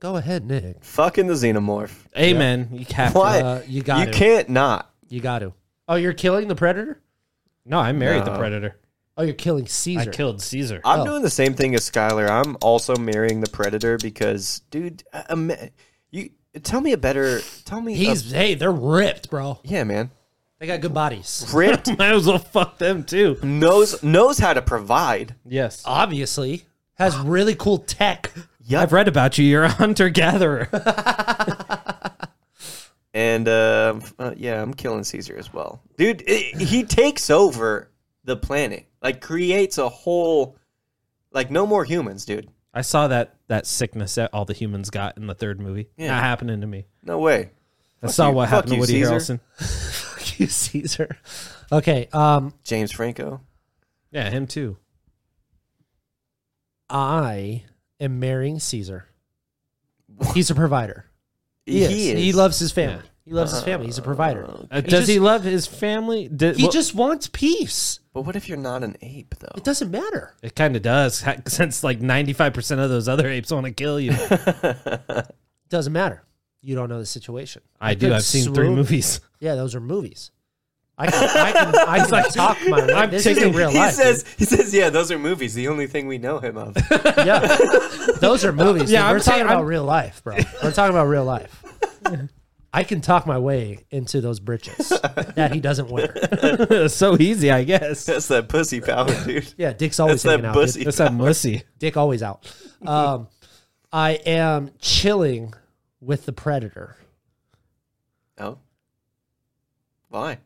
S3: Go ahead, Nick.
S5: Fucking the xenomorph.
S2: Amen. You have to.
S5: Why?
S3: Uh, you got
S5: you
S3: to.
S5: can't not.
S3: You got to. Oh, you're killing the predator?
S2: No, I married the
S5: No.
S2: predator.
S3: Oh, you're killing Caesar.
S2: I killed Caesar.
S5: I'm
S3: Oh.
S5: doing the same thing as Skylar. I'm also marrying the predator because, dude, I- I'm- you tell me a better. Tell me. a-
S3: He's hey, they're ripped, bro.
S5: yeah, man.
S3: They got good bodies.
S5: Ripped
S2: Might as well fuck them too.
S5: knows knows how to provide.
S2: Yes.
S3: Obviously, has really cool tech.
S2: I've read about you. You're a hunter gatherer.
S5: and uh, uh, yeah, I'm killing Caesar as well, dude. It, he takes over the planet, like creates a whole, like no more humans, dude.
S2: I saw that that sickness that all the humans got in the third movie.
S5: Yeah.
S2: Not happening to me.
S5: No way.
S2: I saw
S5: you-
S2: what
S5: fuck
S2: happened to
S5: you,
S2: Woody
S5: Caesar.
S2: Harrelson.
S3: Fuck you, Caesar. Okay. Um,
S5: James Franco.
S2: Yeah, him too.
S3: I am marrying Caesar. He's a provider.
S5: He is.
S3: He loves his family. He loves his family. He's a provider.
S2: Uh, does
S3: just-
S2: he love his family? Did,
S3: He
S2: well,
S3: just wants peace.
S5: But what if you're not an ape though?
S3: It doesn't matter.
S2: it kind of does ha- since like 95% of those other apes want to kill you.
S3: It doesn't matter. You don't know the situation.
S2: I do.
S3: could
S2: I've seen three
S3: swoon-
S2: movies.
S3: Yeah, those are movies. I can, I can, I can talk my way.
S2: I'm
S3: This
S2: taking-
S3: is real
S5: he
S3: life.
S5: says. He says, "Yeah, those are movies. The only thing we know him of."
S3: dude. yeah, those are movies.
S2: Yeah,
S3: Yeah,
S2: I'm
S3: we're talking
S2: saying-
S3: about
S2: I'm-
S3: real life, bro. We're talking about real life. I can talk my way into those britches that he doesn't wear.
S2: so easy, I guess.
S5: That's that pussy power, dude.
S3: Yeah, Dick's
S5: That's
S3: always
S5: that
S3: hanging out. dude.
S5: pussy.
S2: That's that mussy.
S3: Dick always out. Um, I am chilling with the predator
S5: No. Oh. Why?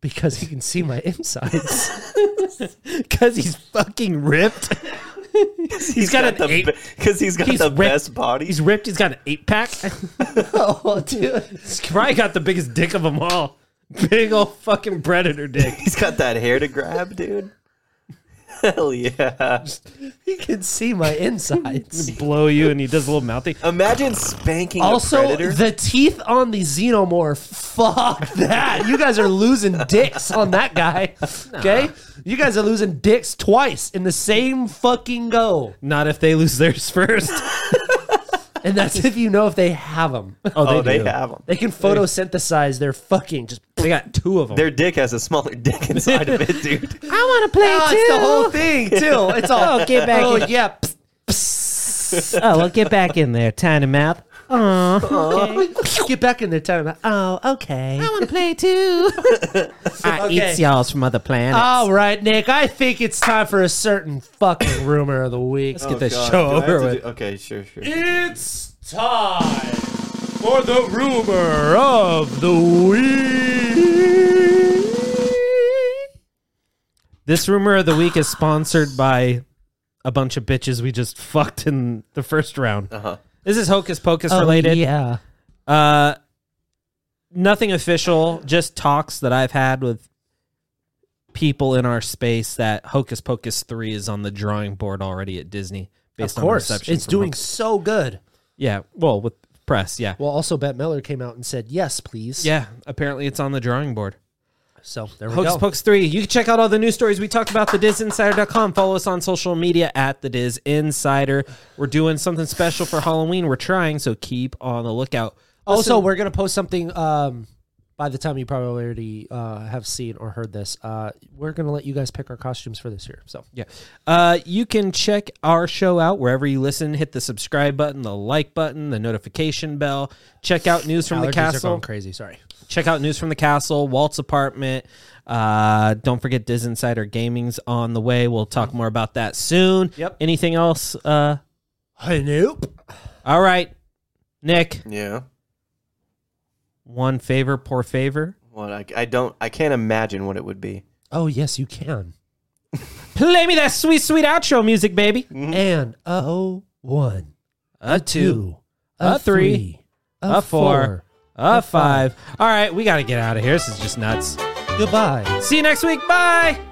S3: because he can see my insides.
S2: Because he's fucking ripped. he's got, an ape.
S5: because he's got
S2: He's
S5: the
S2: ripped.
S5: best body.
S2: He's ripped. He's got an eight pack.
S3: oh, dude.
S2: He's probably got the biggest dick of them all. Big old fucking predator dick.
S5: He's got that hair to grab, dude. Hell yeah!
S3: He can see my insides.
S2: Blow you, and he does a little mouthy.
S5: Imagine spanking a
S3: Also,
S5: predator.
S3: the teeth on the xenomorph. Fuck that. You guys are losing dicks on that guy. Okay? You guys are losing dicks twice in the same fucking go.
S2: Not if they lose theirs first.
S3: And that's if you know if they have them.
S5: oh, they, have them.
S3: They can photosynthesize their fucking just.
S2: They got two of them.
S5: Their dick has a smaller dick inside of it, dude.
S3: I want to play Oh, It's the
S2: too.
S3: whole thing, too. It's all.
S2: Oh, get back
S3: Oh,
S2: in.
S3: yeah. Psst,
S2: oh, well, get back in there, tiny mouth.
S3: Oh, okay. Get back in their time. Oh, okay.
S2: want to play too. I
S3: Okay.
S2: eats y'all's from other planets.
S3: All right, Nick. I think it's time for a certain fucking rumor of the week.
S5: Oh,
S2: Let's get this show over with.
S5: okay, sure, sure.
S3: It's time for the rumor of the week.
S2: This rumor of the week is sponsored by a bunch of bitches we just fucked in the first round.
S5: Uh huh.
S2: This is Hocus Pocus related.
S3: Oh, Yeah.
S2: Uh, nothing official, just talks that I've had with people in our space that Hocus Pocus 3 is on the drawing board already at Disney. Based
S3: of course,
S2: on reception
S3: it's
S2: from
S3: doing
S2: Hocus-
S3: so good.
S2: Yeah, well, with press, yeah.
S3: Well, also, Bette Miller came out and said yes, please.
S2: Yeah, apparently it's on the drawing board.
S3: So there we
S2: Hocus
S3: go.
S2: Pocus 3. You can check out all the news stories we talked about, thedizinsider.com. Follow us on social media at the Diz Insider. We're doing something special for Halloween. We're trying, so keep on the lookout.
S3: Also,
S2: Listen-
S3: we're gonna post something. Um, by the time you probably already uh, have seen or heard this, uh, we're gonna let you guys pick our costumes for this year. So
S2: Yeah. Uh, you can check our show out wherever you listen. Hit the subscribe button, the like button, the notification bell. Check out news from
S3: Allergies
S2: the
S3: are
S2: castle.
S3: going crazy. Sorry.
S2: Check out news from the castle, Walt's apartment. Uh, don't forget Diz Insider Gaming's on the way. We'll talk more about that soon.
S3: Yep.
S2: Anything else? Uh,
S3: I nope.
S2: all right, Nick.
S5: Yeah.
S2: One favor, poor favor.
S5: What I, I don't I can't imagine what it would be.
S3: Oh yes, you can.
S2: Play me that sweet, sweet outro music, baby.
S3: And a one,
S2: A
S3: two, a,
S2: a
S3: three,
S2: three,
S3: a,
S2: a four,
S3: four.
S2: a five. All right, we got to get out of here. This is just nuts.
S3: Goodbye.
S2: See you next week. Bye.